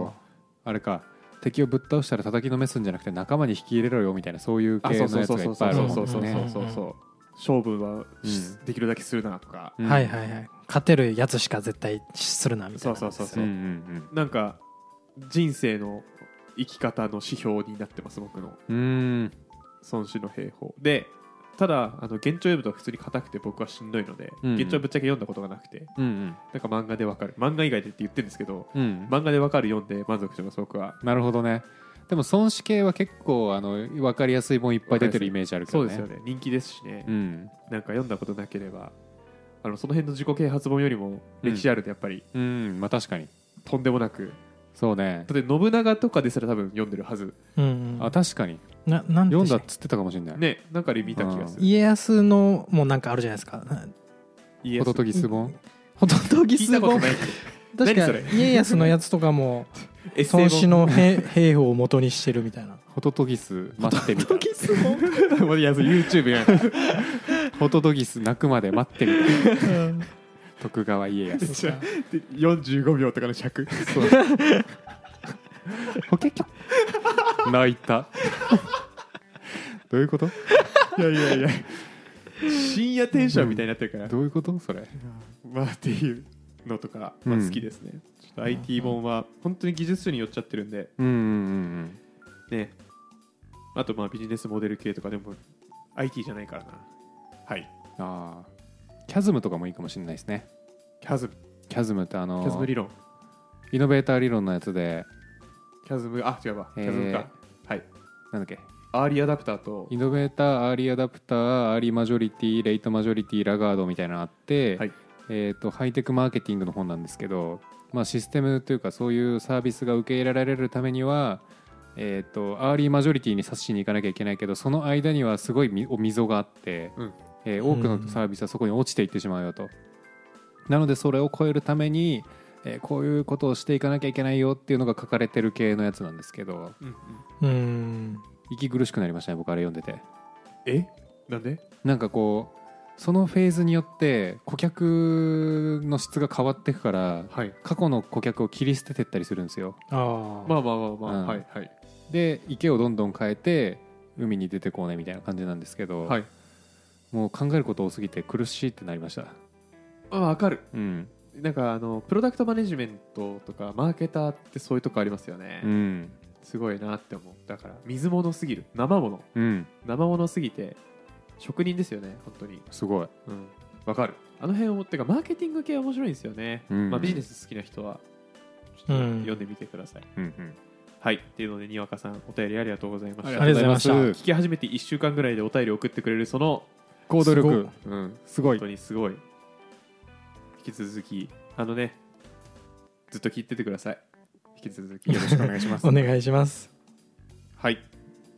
Speaker 1: おあれか敵をぶっ倒したら叩きのめすんじゃなくて仲間に引き入れろよみたいなそういう系のやつがいっぱいある
Speaker 2: そ
Speaker 1: もんね
Speaker 2: うそうそうそう
Speaker 3: ね
Speaker 2: そうそう勝負はし
Speaker 1: う
Speaker 2: できるだけするなとか、
Speaker 1: うん
Speaker 3: はいはいはい勝てるやつしか絶対するなみたいな
Speaker 2: そうそうそう
Speaker 1: うん
Speaker 2: そううん
Speaker 1: うん
Speaker 2: なんか人生の生き方の指標になってます僕の
Speaker 1: うーん
Speaker 2: 孫子の兵法でただあの原著読むと普通に硬くて僕はしんどいので、
Speaker 1: うんうん
Speaker 2: 原著はぶっちゃけ読んだことがなくて
Speaker 1: うん
Speaker 2: なんか漫画でわかる漫画以外でって言ってるんですけど
Speaker 1: うんうん
Speaker 2: 漫画でわかる読んで満足してます僕は
Speaker 1: なるほどねでも孫子系は結構あの分かりやすいもんいっぱい出てるイメージあるけ
Speaker 2: そ
Speaker 1: ど
Speaker 2: う
Speaker 1: ね
Speaker 2: ですよね人気ですしね、
Speaker 1: うん
Speaker 2: なんか読んだことなければあのその辺の自己啓発本よりも歴史あるとやっぱり
Speaker 1: うんまあ確かに
Speaker 2: とんでもなく、
Speaker 1: そうね
Speaker 2: だって信長とかですら多分読んでるはず
Speaker 3: うんうん
Speaker 1: あ確かに
Speaker 3: ななんで
Speaker 1: 読ん
Speaker 3: した
Speaker 1: だっ
Speaker 3: っ
Speaker 1: つってたかもしれない、
Speaker 2: ねなんかで見た気がす
Speaker 3: け
Speaker 2: る
Speaker 3: 家康のもなんかあるじゃないですか
Speaker 2: 家
Speaker 1: ホ
Speaker 2: 康
Speaker 1: トトギス本
Speaker 3: ほとんどギ
Speaker 2: 聞い
Speaker 3: ス
Speaker 2: たこ
Speaker 3: 語
Speaker 2: とない
Speaker 3: 確
Speaker 2: 何
Speaker 3: か
Speaker 2: それ
Speaker 3: 家康のやつとかも
Speaker 2: エッセイ
Speaker 3: 孫
Speaker 2: 本
Speaker 3: 子の兵兵法を元にしてるみたいな
Speaker 1: ホトトギス待ってみた
Speaker 3: ギス語
Speaker 1: いや YouTube や ホトトギス泣くまで待ってみた徳川家康
Speaker 3: そうか
Speaker 2: 45秒とかの尺
Speaker 1: ホケキョ泣いたどういうこと
Speaker 2: いやいやいや深夜テンションみたいになってるから、
Speaker 1: どういうことそれ
Speaker 2: まあっていうのとか、
Speaker 1: うん
Speaker 2: まあ、好きですね、ちょっと IT 本は本当に技術書によっちゃってるんで
Speaker 1: うんうんうん
Speaker 2: ねあとまあビジネスモデル系とかでも IT じゃないからなはい
Speaker 1: うんああキャズムとかもいいかもしれないですね
Speaker 2: キャズム
Speaker 1: キャズムってあ
Speaker 2: キ
Speaker 1: の
Speaker 2: ャズム理論
Speaker 1: イノベーター理論のやつで
Speaker 2: キャズムあ違うわキ
Speaker 1: えー
Speaker 2: ャズムか、はい
Speaker 1: なんだっけ
Speaker 2: アーリーアダプターと
Speaker 1: イノベーターアーリーアダプターアーリーマジョリティレイトマジョリティラガードみたいなのあって、
Speaker 2: はい
Speaker 1: えー、とハイテクマーケティングの本なんですけど、まあ、システムというかそういうサービスが受け入れられるためには、えー、とアーリーマジョリティに指しに行かなきゃいけないけどその間にはすごいみお溝があって、
Speaker 2: うん
Speaker 1: えー多く
Speaker 3: うん
Speaker 1: のサービスはそこに落ちていってしまうよと。なのでそれを超えるためにえーこういうことをしていかなきゃいけないよっていうのが書かれてる系のやつなんですけど
Speaker 2: うんうん
Speaker 3: うーん
Speaker 1: 息苦しくなりましたね僕あれ読んでて
Speaker 2: えなんで
Speaker 1: なんかこうそのフェーズによって顧客の質が変わっていくから
Speaker 2: はい
Speaker 1: 過去の顧客を切り捨ててったりするんですよ
Speaker 3: ああ
Speaker 2: まあまあまあまあ、
Speaker 1: うん
Speaker 2: はいはい
Speaker 1: で池をどんどん変えて海に出てこうねみたいな感じなんですけど、
Speaker 2: はい
Speaker 1: もう考えること多すぎて苦しいってなりました
Speaker 2: あわかる
Speaker 1: うん
Speaker 2: なんかあのプロダクトマネジメントとかマーケターってそういうとこありますよね、
Speaker 1: うん
Speaker 2: すごいなって思うだから水物すぎる生物
Speaker 1: うん
Speaker 2: 生物すぎて職人ですよね本当に
Speaker 1: すごい
Speaker 2: うんわかるあの辺をってかマーケティング系面白いんですよね、
Speaker 1: うん
Speaker 2: まあ、ビジネス好きな人はちょっと
Speaker 3: うん
Speaker 2: 読んでみてください、
Speaker 1: うんうん
Speaker 2: はいっていうのでにわかさんお便りありがとうございました
Speaker 3: ありがとうございました
Speaker 1: ありがとうございま
Speaker 2: 聞き始めて1週間ぐらいでお便り送ってくれるその、
Speaker 1: 行動力
Speaker 2: うん、
Speaker 1: すご
Speaker 2: 本当にすごい引き続きあのねずっと聞いててください引き続きよろしくお願いします
Speaker 3: お願いします
Speaker 2: はい。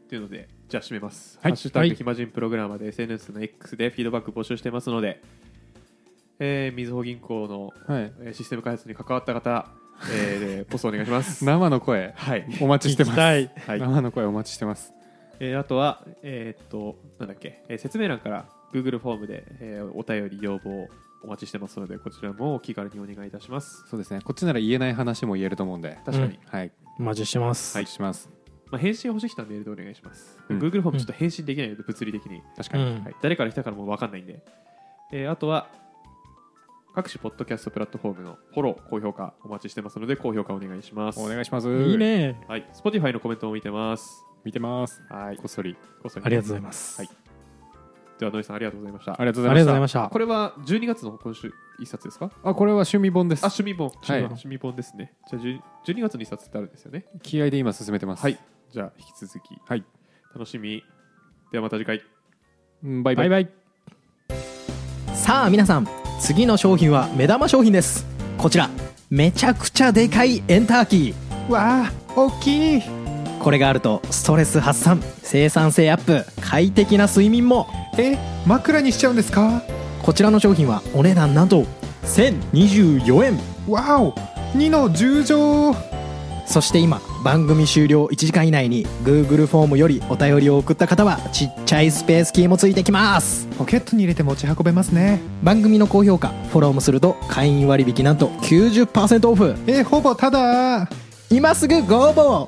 Speaker 2: というので、じゃあ締めます。
Speaker 1: はい
Speaker 2: ハッシュタグ
Speaker 3: はい
Speaker 2: 暇人プログラマーで SNS の X でフィードバック募集してますので、えー、みずほ銀行の
Speaker 1: はい
Speaker 2: えーシステム開発に関わった方、えー、ポストお願いし ます。
Speaker 1: 生の声
Speaker 2: はい。
Speaker 1: お待ちして
Speaker 3: 聞
Speaker 1: ま
Speaker 3: き
Speaker 1: す、
Speaker 3: たい
Speaker 2: はい
Speaker 1: 生の声お待ちしてます
Speaker 2: えーあとは、えーっと、なんだっけ、えー説明欄から Google フォームで、えーお便り要望お待ちしてますので、こちらもお気軽にお願いいたします。
Speaker 1: そうですねこっちなら言えない話も言えると思うんで
Speaker 2: 確かに、
Speaker 3: うん
Speaker 1: はい
Speaker 3: お待ちしてます、
Speaker 1: はいします
Speaker 2: まあ、返信欲しい人はメールでお願いします。
Speaker 1: うん
Speaker 2: Google フォームちょっと返信できないので、物理的に。
Speaker 1: 確
Speaker 3: う
Speaker 1: かに、
Speaker 3: ん
Speaker 2: はい、誰から来たからも分かんないんで、えーあとは各種ポッドキャストプラットフォームのフォロー、高評価お待ちしてますので、高評価お願いします。
Speaker 1: お願いします
Speaker 3: いいね
Speaker 2: はい、Spotify のコメントも見てます。
Speaker 1: 見てます
Speaker 2: はい、
Speaker 1: こっそり
Speaker 2: こそ
Speaker 3: ありがとうございます、
Speaker 2: はいでは、ノイさん、ありがとうございました。
Speaker 1: ありがとう
Speaker 3: あ
Speaker 1: ご
Speaker 3: り
Speaker 1: ざいま
Speaker 3: がとうござい
Speaker 1: し
Speaker 3: ました
Speaker 2: これは12月の今週一冊ですか
Speaker 1: たあこれは趣味本です
Speaker 2: あ、趣味本。
Speaker 1: はい
Speaker 2: 趣味本ですね。じゃあ、10 12月に一冊ってあるんですよね。
Speaker 1: 気合で今進めてます
Speaker 2: はい、じゃあ、引き続き、
Speaker 1: はい、
Speaker 2: 楽しみ。では、また次回。
Speaker 1: うんバイバ
Speaker 3: バ
Speaker 1: イ
Speaker 3: イバイさあ皆さん次の商品は目玉商品ですこちらめちゃくちゃでかいエンターキーわあ大きいこれがあるとストレス発散生産性アップ快適な睡眠も
Speaker 1: え枕にしちゃうんですか
Speaker 3: こちらの商品はお値段なんと1024円
Speaker 1: わお2の10乗
Speaker 3: そして今番組終了1時間以内に Google フォームよりお便りを送った方はちっちゃいスペースキーもついてきます
Speaker 1: ポケットに入れて持ち運べますね
Speaker 3: 番組の高評価フォローもすると会員割引なんと90%オフ
Speaker 1: えほぼただ
Speaker 3: 今すぐご応募